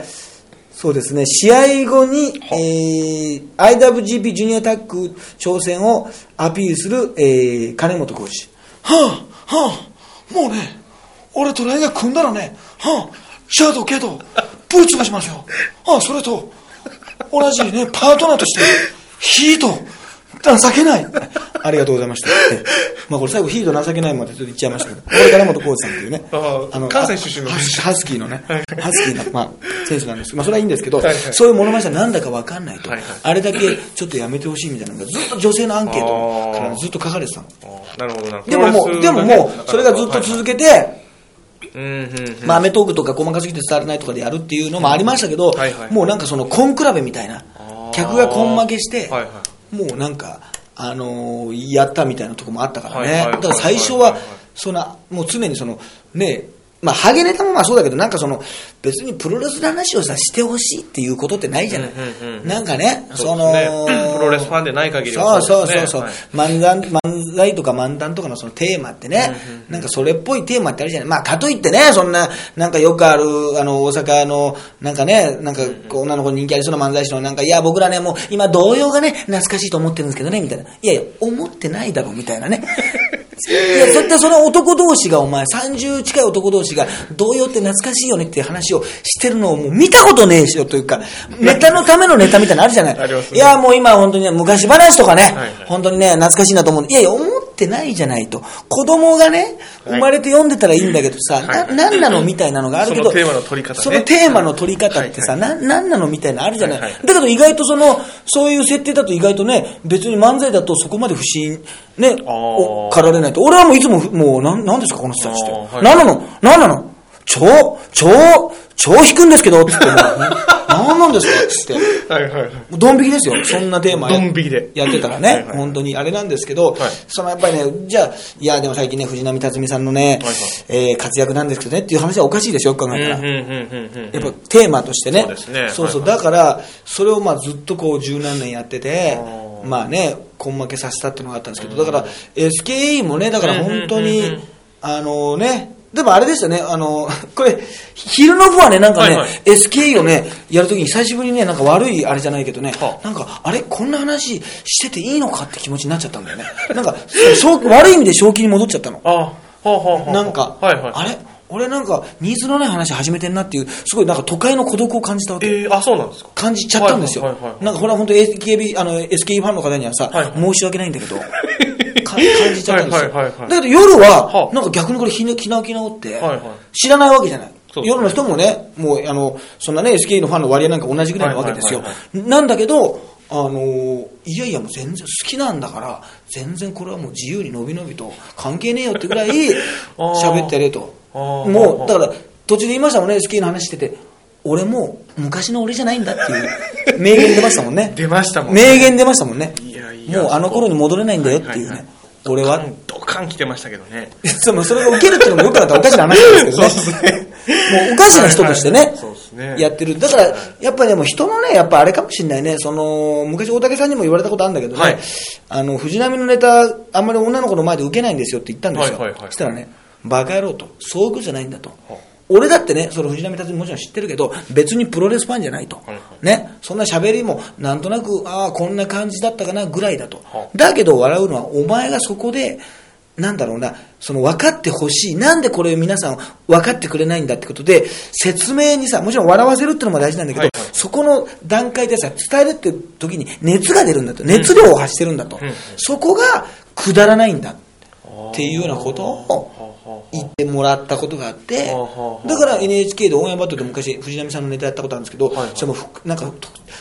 A: そうですね試合後に、えー IWGP ジュニアタッグ挑戦をアピールする、えー金本浩二はあはあもうね俺とライが組んだらねはあシャドウケドブーツがしますよあそれと同じねパートナーとしてヒート情けないありがとうございましたええまあこれ最後ヒート情けないまでちょっと言っちゃいましたけどこれ金本浩二さんっていうね
B: ああ関西出身の
A: ハスハスキーのね、ハスキーの、まあ、選手なんですけど、まあ、それはいいんですけど、
B: はいはい
A: そういうものまねはなんだかわかんないと、
B: はいはい
A: あれだけちょっとやめてほしいみたいなのが、ずっと女性のアンケートからずっと書かれてたの。
B: あーなるほどなるほど
A: でももう、でももう、それがずっと
B: く
A: 続けて、
B: うんうんうん
A: まあ、アメトークとか細かすぎて伝わらないとかでやるっていうのもありましたけど、
B: はいはい
A: もうなんかその、根比べみたいな
B: あー、
A: 客が根負けして、
B: はいは
A: もうなんか、あのーやったみたいなとこもあったからね、
B: はいはいはい
A: だから最初は
B: はいはいはい、
A: そんなもう常にその、ねまあ、ハゲネタもまあそうだけど、なんかその別にプロレスの話をさしてほしいっていうことってないじゃない、
B: うんうんうん
A: なんかね、そ
B: そう
A: の
B: ですねプロレスファンでない限り
A: そう
B: は
A: そ
B: そうう
A: そ
B: で
A: うそ
B: すね
A: う、漫談漫才とか漫談とかのそのテーマってね、なんかそれっぽいテーマってあるじゃない、まあ、かといってね、そんな、なんかよくある、あの大阪の、なんかね、なんかこう女の子に人気ありそうな漫才師の、なんか、いや、僕らね、もう今、童謡がね、懐かしいと思ってるんですけどね、みたいな、いやいや、思ってないだろ、みたいなね。いや絶対その男同士がお前30近い男同士が童謡って懐かしいよねっていう話をしてるのをもう見たことねえしよというかネタのためのネタみたいなのあるじゃない
B: ありますね
A: いやもう今本当にね昔話とかね、
B: はい
A: 本当にね懐かしいなと思うんでいやいや思ってないじゃないと子供がね生まれて読んでたらいいんだけどさ、な
B: はい
A: なんなのみたいなのがあるけど
B: そのテーマの取り方ね
A: そのテーマの取り方ってさ、ななんなのみたいなのあるじゃない、
B: はいはい
A: だけど意外とそのそういう設定だと意外とね別に漫才だとそこまで不審ね
B: あー
A: おかられないと俺はもういつももうなんなんですかこの人たちって、
B: あーはい
A: 何なの何なの超超超引くんですけどっ つってもう何なんですかっつって
B: はいはいはい
A: もうドン引きですよ、そんなテーマや
B: ドン引きで
A: やってたら
B: はいは
A: ね
B: いは、い
A: 本当にあれなんですけど、
B: はい
A: そのやっぱりね、じゃあ、いや、でも最近ね、藤波辰巳さんのね、
B: はい
A: えー活躍なんですけどねっていう話はおかしいでしょ、よく考えたら。
B: うんうんうんうんうん
A: やっぱテーマとしてね、
B: そうですね
A: そうそう
B: はい
A: だから、それをまあずっとこう十何年やってて
B: あ、ー
A: まあね、根負けさせたっていうのがあったんですけど、だから SKE もね、だから本当
B: うんうんうん
A: に
B: うん、
A: あのね、でもあれですよね、あの これ、昼の部はね、なんかね、
B: はいはい
A: SKE をね、やるときに久しぶりにね、なんか悪いあれじゃないけどね
B: は、あ
A: なんか、あれ、こんな話してていいのかって気持ちになっちゃったんだよね、なんか、正悪い意味で正気に戻っちゃったの。
B: あはあはあはあ
A: なんか、
B: はいはい
A: あれ俺なんか、ニーズのない話始めてんなっていう、すごいなんか都会の孤独を感じたわけ。
B: えー、あそうなんですか
A: 感じちゃったんですよ。
B: はいはいはいはい
A: なんかこれは本当 AKB、あの、SKB ファンの方にはさ、
B: はいはい
A: 申し訳ないんだけど、か感じちゃったんですよ。
B: はいはいはいはい
A: だけど夜
B: は
A: は、
B: あ
A: なんか逆にこれひな、ひなき直って、
B: はいはい
A: 知らないわけじゃない。
B: そうですね
A: 夜の人もね、もう、あの、そんなね、SKE のファンの割合なんか同じぐらいなわけですよ
B: はいはい。
A: なんだけど、あのーいやいや、もう全然好きなんだから、全然これはもう自由にのびのびと関係ねえよってぐらい
B: あー
A: 喋ってやれと。
B: あー
A: もう、だから、途中で言いましたもんね、SKE の話してて、俺も昔の俺じゃないんだって いう名言出ましたもんね。
B: 出ましたもん
A: 名言出ましたもんね。
B: いやいや
A: もうあの頃に戻れないんだよっていう
B: はいはいは
A: ね
B: い。
A: 俺
B: ド
A: は
B: カンドカン来てましたけどね
A: そうまあそれが受けるっていうのもよくなったらおかしな話なんですけどね。
B: そうですね
A: もうおかしな人としてね、
B: はいはいそうですね
A: やってる。だから、やっぱりでも人のね、やっぱあれかもしれないね、その、昔大竹さんにも言われたことあるんだけどね、
B: はい
A: あの、藤波のネタ、あんまり女の子の前で受けないんですよって言ったんですよ。
B: はいはいはい
A: そしたらね、バカ野郎と、そういうことじゃないんだと
B: はい。
A: 俺だってね、その藤波達ももちろん知ってるけど、別にプロレスファンじゃないと。
B: いはい
A: ね、そんな喋りも、なんとなく、ああ、こんな感じだったかなぐらいだと。
B: は
A: だけど笑うのはお前がそこでなんだろうなその分かってほしいなんでこれ皆さん分かってくれないんだってことで説明にさもちろん笑わせるってのも大事なんだけど、
B: はいはい
A: そこの段階でさ伝えるって時に熱が出るんだと熱量を発してるんだと、
B: うんうん
A: そこがくだらないんだっていうようなことを言ってもらったことがあって
B: はあはあ
A: だから NHK でオンエアバトルで昔藤波さんのネタやったことあるんですけど、
B: はいはい
A: それもふなんか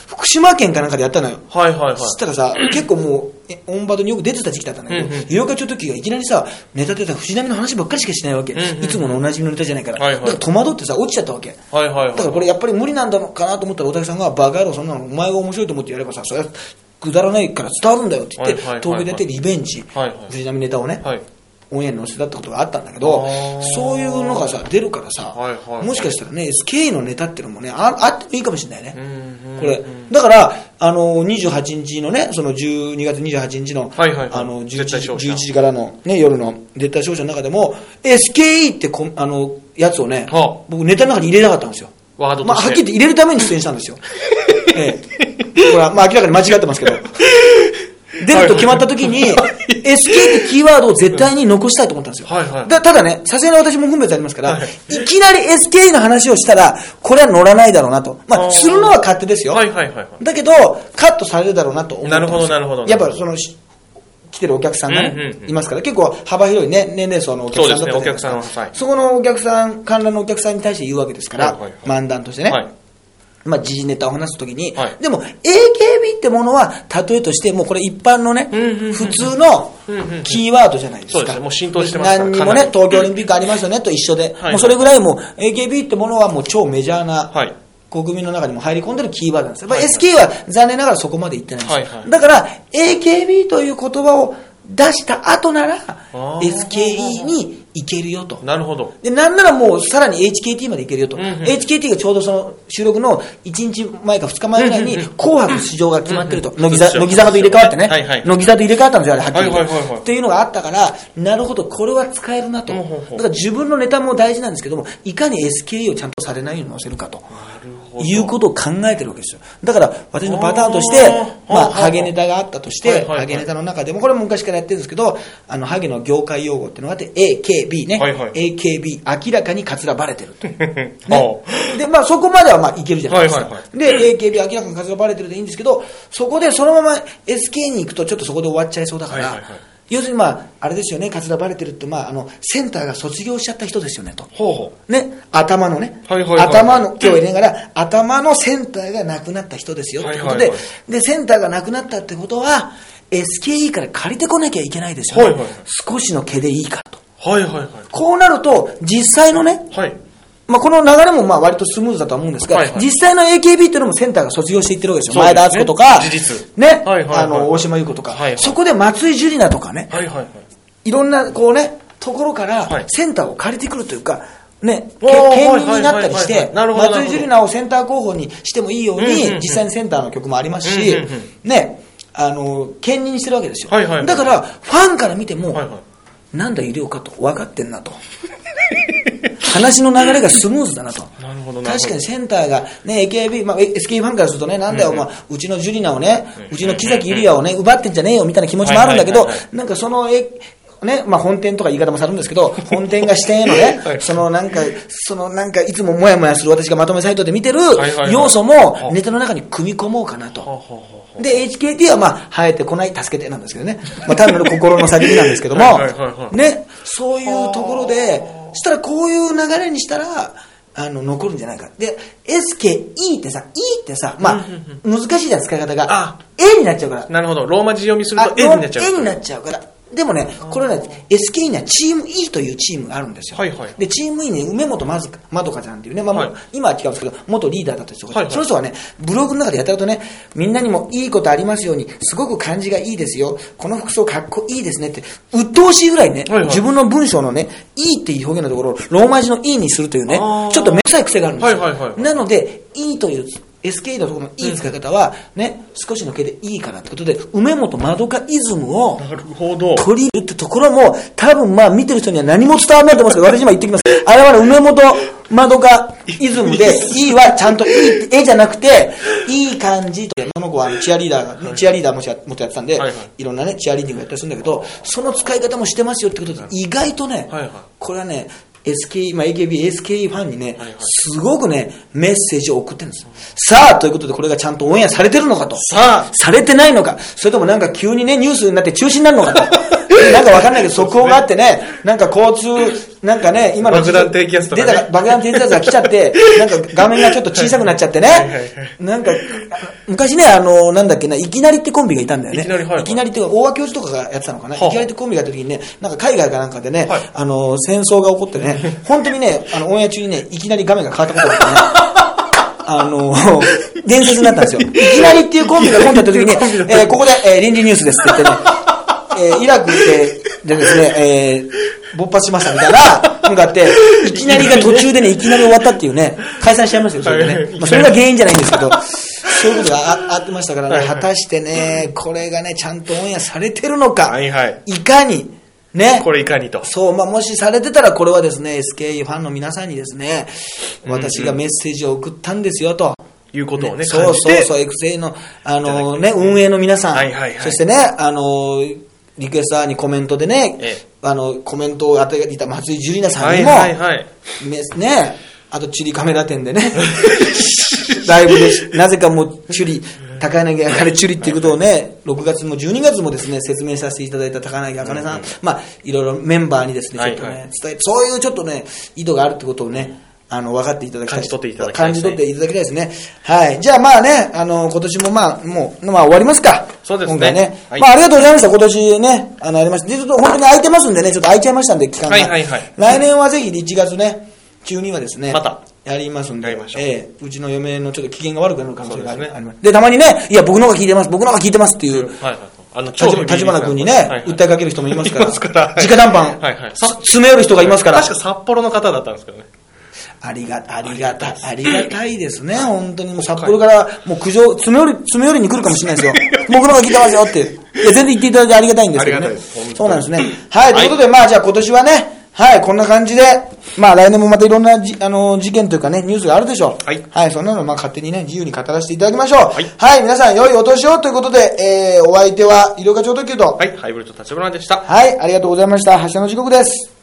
A: 福島県かなんかでやったのよ
B: はいはいはい
A: そしたらさ、結構もう、えオンバードによく出てた時期だったんだけど
B: うんうん、
A: 有料化長時がいきなりさ、ネタ出たら藤波の話ばっかりしかしないわけ。い
B: んうん
A: つものおなじみのネタじゃないから。
B: はいはい
A: だから戸惑ってさ、落ちちゃったわけ。
B: はいはいは
A: だ
B: い
A: からこれやっぱり無理なんだろうかなと思ったら、大竹さんが、バカ野郎、そんなの、お前が面白いと思ってやればさ、それはくだらないから伝わるんだよって言って、
B: はいはいはい
A: 東京でやってリベンジ、
B: はいはい
A: 藤波ネタをね、
B: はい
A: オンエアに載せたってことがあったんだけど
B: あー、
A: そういうのがさ、出るからさ、
B: はいはいはい
A: もしかしたらね、SKE のネタっていうのもね、ああってもいいかもしれないね。
B: うんうん
A: これ、だから、あの、28日のね、その12月28日の、
B: はいはいはい
A: あの11時、
B: 絶対勝者
A: 11時からのね、夜の絶対勝者の中でも、SKE ってこ、あの、やつをね、
B: はあ
A: 僕ネタの中に入れなかったんですよ。
B: ワードとして
A: まあ、はっきり言って入れるために出演したんです よ。ええ。ほら、まあ明らかに間違ってますけど。出ると決まった時に、SK ってキーワードを絶対に残したいと思ったんですよ。
B: はいはい
A: だただね、さすがに私も分別ありますから、
B: はい
A: い、きなり SK の話をしたら、これは乗らないだろうなと。ま
B: あ
A: あ、
B: ー
A: するのは勝手ですよ。
B: はいはいはいはい
A: だけど、カットされるだろうなと思ったんですよ
B: なるほどなるほど
A: やっぱその、し来てるお客さんがね、
B: うんうんうん
A: いますから、結構幅広いね、年齢層のお客さんだったじゃないですか
B: そうですねお客さんははい
A: そこのお客さん、観覧のお客さんに対して言うわけですから、
B: はいはいはい
A: 漫談としてね。
B: はい
A: まあ、時事ネタを話すときに、
B: はい
A: でも AKB ってものは例えとしてもうこれ一般のね、
B: うんうんうん
A: 普通の
B: うんうんうん
A: キーワードじゃないですか、
B: そうですねもう浸透してますから
A: 何にも
B: かな
A: ね
B: り
A: 東京オリンピックありますよねと一緒で、
B: はい
A: もうそれぐらいもう AKB ってものはもう超メジャーな、
B: はい
A: 国民の中にも入り込んでるキーワードなんですよ、やっぱ
B: は
A: SK は残念ながらそこまでいってないんですよ、
B: はいはい
A: だから AKB という言葉を出した後なら
B: ー
A: SKE に行けるよと
B: なるほど
A: で、なんならもうさらに HKT までいけるよと。
B: うんうん
A: HKT がちょうどその収録の1日前か2日前ぐらいに
B: うんうんうん
A: 紅白出場が決まってると。
B: うんうん
A: 乃木坂
B: そう
A: 乃
B: です
A: 木
B: よ
A: 坂と入れ替わってね
B: はいはい。
A: 乃木坂と入れ替わったんですよ、あれ、はっきり言
B: はいはいはいは
A: っ
B: い
A: て。っていうのがあったから、なるほど、これは使えるなと。
B: ほ
A: だ
B: うほうほう
A: から自分のネタも大事なんですけども、いかに SKE をちゃんとされないように載せるかと。
B: ほど
A: いうことを考えてるわけですよ。だから、私のパターンとして
B: あー、
A: まあ、
B: はいはいはい
A: ハゲネタがあったとし
B: はい
A: て、
B: はいはい
A: ハゲネタの中でも、これも昔からやってるんですけど、あの、ハゲの業界用語っていうのがあって、AKB ね。
B: はいはい
A: AKB、明らかにかつらばれてる と。ね
B: おう
A: で、まあそこまではまあいけるじゃないですか。
B: はいはい
A: で、AKB 明らかに活動バレてるでいいんですけど、そこでそのまま SK に行くとちょっとそこで終わっちゃいそうだから、
B: はいはいはい
A: 要するにまあ、あれですよね、活動バレてるって、まあ、あの、センターが卒業しちゃった人ですよねと。
B: ほうほ
A: ね、頭のね、
B: はいはいはい
A: 頭の、今日入れながら、頭のセンターがなくなった人ですよってことで、
B: はいはいはい
A: で、センターがなくなったってことは、SKE から借りてこなきゃいけないですよ、
B: はいはいはい
A: 少しの毛でいいからと。
B: うはいはいはい
A: こうなると、実際のね、
B: はい
A: まあ、この流れもまあ割とスムーズだとは思うんですが、
B: はいはい
A: 実際の AKB っていうのもセンターが卒業していってるわけですよ。
B: そう
A: 前
B: ですね
A: 田敦子とか、
B: 事実
A: ね、
B: はいはいはい
A: あの、大島優子とか、
B: はいはい
A: そこで松井樹里奈とかね、
B: はいはいはい
A: いろんなこうね、ところか
B: は
A: ら
B: い
A: センターを借りてくるというか、ね、け
B: おー
A: 兼任になったりし
B: はいはいはいは
A: て
B: い、なるほど
A: 松井樹里奈をセンター候補にしてもいいよう
B: うんうん
A: に
B: う、ん
A: 実際にセンターの曲もありますし
B: うんうんうん、
A: ね、あの、兼任してるわけですよ。
B: はいはいはい
A: だから、ファンから見ても、
B: はいはい
A: なんだ、医療かと、分かってんなと。 話の流れがスムーズだなと。
B: なるほどなるほど
A: 確かにセンターが、ね、AKB、まあ、SK ファンからするとね、なんだよ、
B: うん
A: お
B: うん
A: 前、うちのジュリナをね
B: ん、
A: うちの木崎ゆりやをね、奪ってんじゃねえよみたいな気持ちもあるんだけ
B: はい
A: ど
B: はいはい、
A: なんかその、えね、まあ、本店とか言い方もされるんですけ ど、本店が支店へのね、
B: はい
A: そのなんか、そのなんか、いつももやもやする私がまとめサイトで見てる
B: いはいはい
A: 要素も、ネタの中に組み込もうかなと。
B: はあはあは
A: で、HKT はまあ、生えてこない、助けてなんですけどね。まあ、単なる心の叫びなんですけども
B: はいはいはいは、い
A: ね、そういうところで、したらこういう流れにしたら、あの、残るんじゃないか。で、SKE ってさ、E ってさ、まあ、難しいじゃん、使い方が
B: あ。
A: A になっちゃうから
B: あ。なるほどローマ字読みする
A: あ
B: と N になっちゃう
A: 絵になっちゃうから。でもね、これね、SKE にはチーム E というチームがあるんですよ。
B: はいはい
A: で、チーム E に梅本まずかまどかちゃんっていうね、まあ、
B: はい
A: 今は違うんですけど、元リーダーだった人が、
B: はいはい
A: その人がね、ブログの中でやたらとね、みんなにもいいことありますように、すごく感じがいいですよ、この服装かっこいいですねって、鬱陶しいぐらいね、
B: はいはい
A: 自分の文章のね、E っていう表現のところをローマ字の E にするというね、ち
B: あ
A: ょ
B: ー
A: っとめんどくさい癖があるんですよ。
B: はいはいはいはい
A: なので、E という、SK のところの E 使い方は、ね、少しの毛でいいからってことで、梅本まどかイズムを
B: なるほど
A: 取り入れるってところも、多分まあ見てる人には何も伝わらないと思うんですけど、私今言ってきます。あれはね梅本まどかイズムで、E はちゃんと E、絵じゃなくて、いい感じと。その子はあのチアリーダーが、チアリーダーもしや元やってたんで、
B: はい
A: い
B: はい
A: ろんなね、チアリーディングやったりするんだけど、その使い方もしてますよってことで、意外とね、
B: はいはい
A: これはね、SKE、まあ、AKB、SKE ファンにね、
B: はいはい
A: すごくね、メッセージを送ってるんですよ。さあ、ということでこれがちゃんとオンエアされてるのかと。
B: さあ
A: されてないのか、それともなんか急にね、ニュースになって中止になるのか と。なんかわかんないけど、速報があってね、なんか交通、なんかね、今の時期
B: 爆弾低気圧とかね
A: 出た爆弾低気圧が来ちゃ って、なんか画面がちょっと小さくなっちゃってね
B: はいはいはい、
A: なんか、昔ね、あの、なんだっけな、いきなりってコンビがいたんだよね。
B: いきなりはい
A: いきなりっていうか、大和教授とかがやってたのかな。い
B: はあ
A: きなりってコンビがやった時にね、なんか海外かなんかでね
B: はい、
A: あ の、戦争が起こってね、本当にね、あの、オンエア中にね、いきなり画面が変わったことがあってね。 あの、伝説になったんですよ。いきなりっていうコンビがコンビだった時に、えーここで、えー臨時ニュースですって言ってね、 えーイラクででですね、えー勃発しましたみたいな、向かって、いきなりが途中でね、いきなり終わったっていうね、解散しちゃいましたよ、それで
B: はい
A: ね。まあ、それが原因じゃないんですけど、そういうことがああってましたから
B: は
A: ね、
B: いはい
A: 果たしてね、これがね、ちゃんとオンエアされてるのか、
B: はいはい
A: かに、ね、
B: これいかにと。
A: そう、まあ、もしされてたら、これはですね、SKE ファンの皆さんにですね、私がメッセージを送ったんですよと。
B: いうことをね、。
A: そうそうそうう、育成の、あのね、運営の皆さん、
B: はいはいはい
A: そしてね、あのリクエスターにコメントでね、
B: ええ
A: あの、コメントを当てていた松井樹里奈さ
B: は
A: んに
B: い
A: も、
B: はいはい。
A: ねね、あとチュリカメラ店でね、 ライブでし、なぜかもうチュリ、高柳あかねチュリっていうことをね、6月も12月もですね、説明させていただいた高柳あかねさん、まあ、いろいろメンバーにですね、ちょっとね、
B: はいはい
A: 伝え、そういうちょっとね、意図があるってことをね、あの、分かっていただきたい。
B: 感じ取っていただきた
A: 感
B: いで
A: じ
B: すね
A: 取っていただきたいですね。はい。じゃあまあね、あの、今年もまあ、もう、まあ終わりますか。
B: そうですね
A: 今回ね。
B: はい
A: まあありがとうございました。今年ね、あの、ありました。で、ちょっと本当に空いてますんでね、ちょっと空いちゃいましたんで、期間が。
B: はいはいはい
A: 来年はぜひ1月ね、中にはですね、
B: また
A: やりますんで、
B: やりましょう
A: ええうちの嫁のちょっと機嫌が悪くなる可能性があり
B: そうですね
A: あります。で、たまにね、いや、僕の方が聞いてます、僕の方が聞いてますっていう、
B: はいはい。あの、
A: 立立花君にね、訴えかける人もいますから、
B: いますからはい
A: 直談判、
B: はいはい
A: つ詰め寄る人がいますから、
B: 確か札幌の方だったんですけどね。
A: ありが、ありがたい、ありがたいですね、本当にもう札幌から、もう苦情、詰め寄り、詰め寄りに来るかもしれないで すよ。僕の方が聞いてますよって。いや、全然言っていただいてありがたいんですけどね。
B: ありがたいです本当に
A: そうなんですね。はい、と
B: はい
A: いうことで、まあ、じゃあ今年はね、はい、こんな感じで、まあ、来年もまたいろんなじ、あの、事件というかね、ニュースがあるでしょう。
B: はい
A: そんなの、まあ、勝手にね、自由に語らせていただきましょう。はいはい、皆さん、良いお年をということで、えー、お相手は、医療課長特急と、
B: はい、ハイブリッド立花でした。
A: はい、ありがとうございました。発車の時刻です。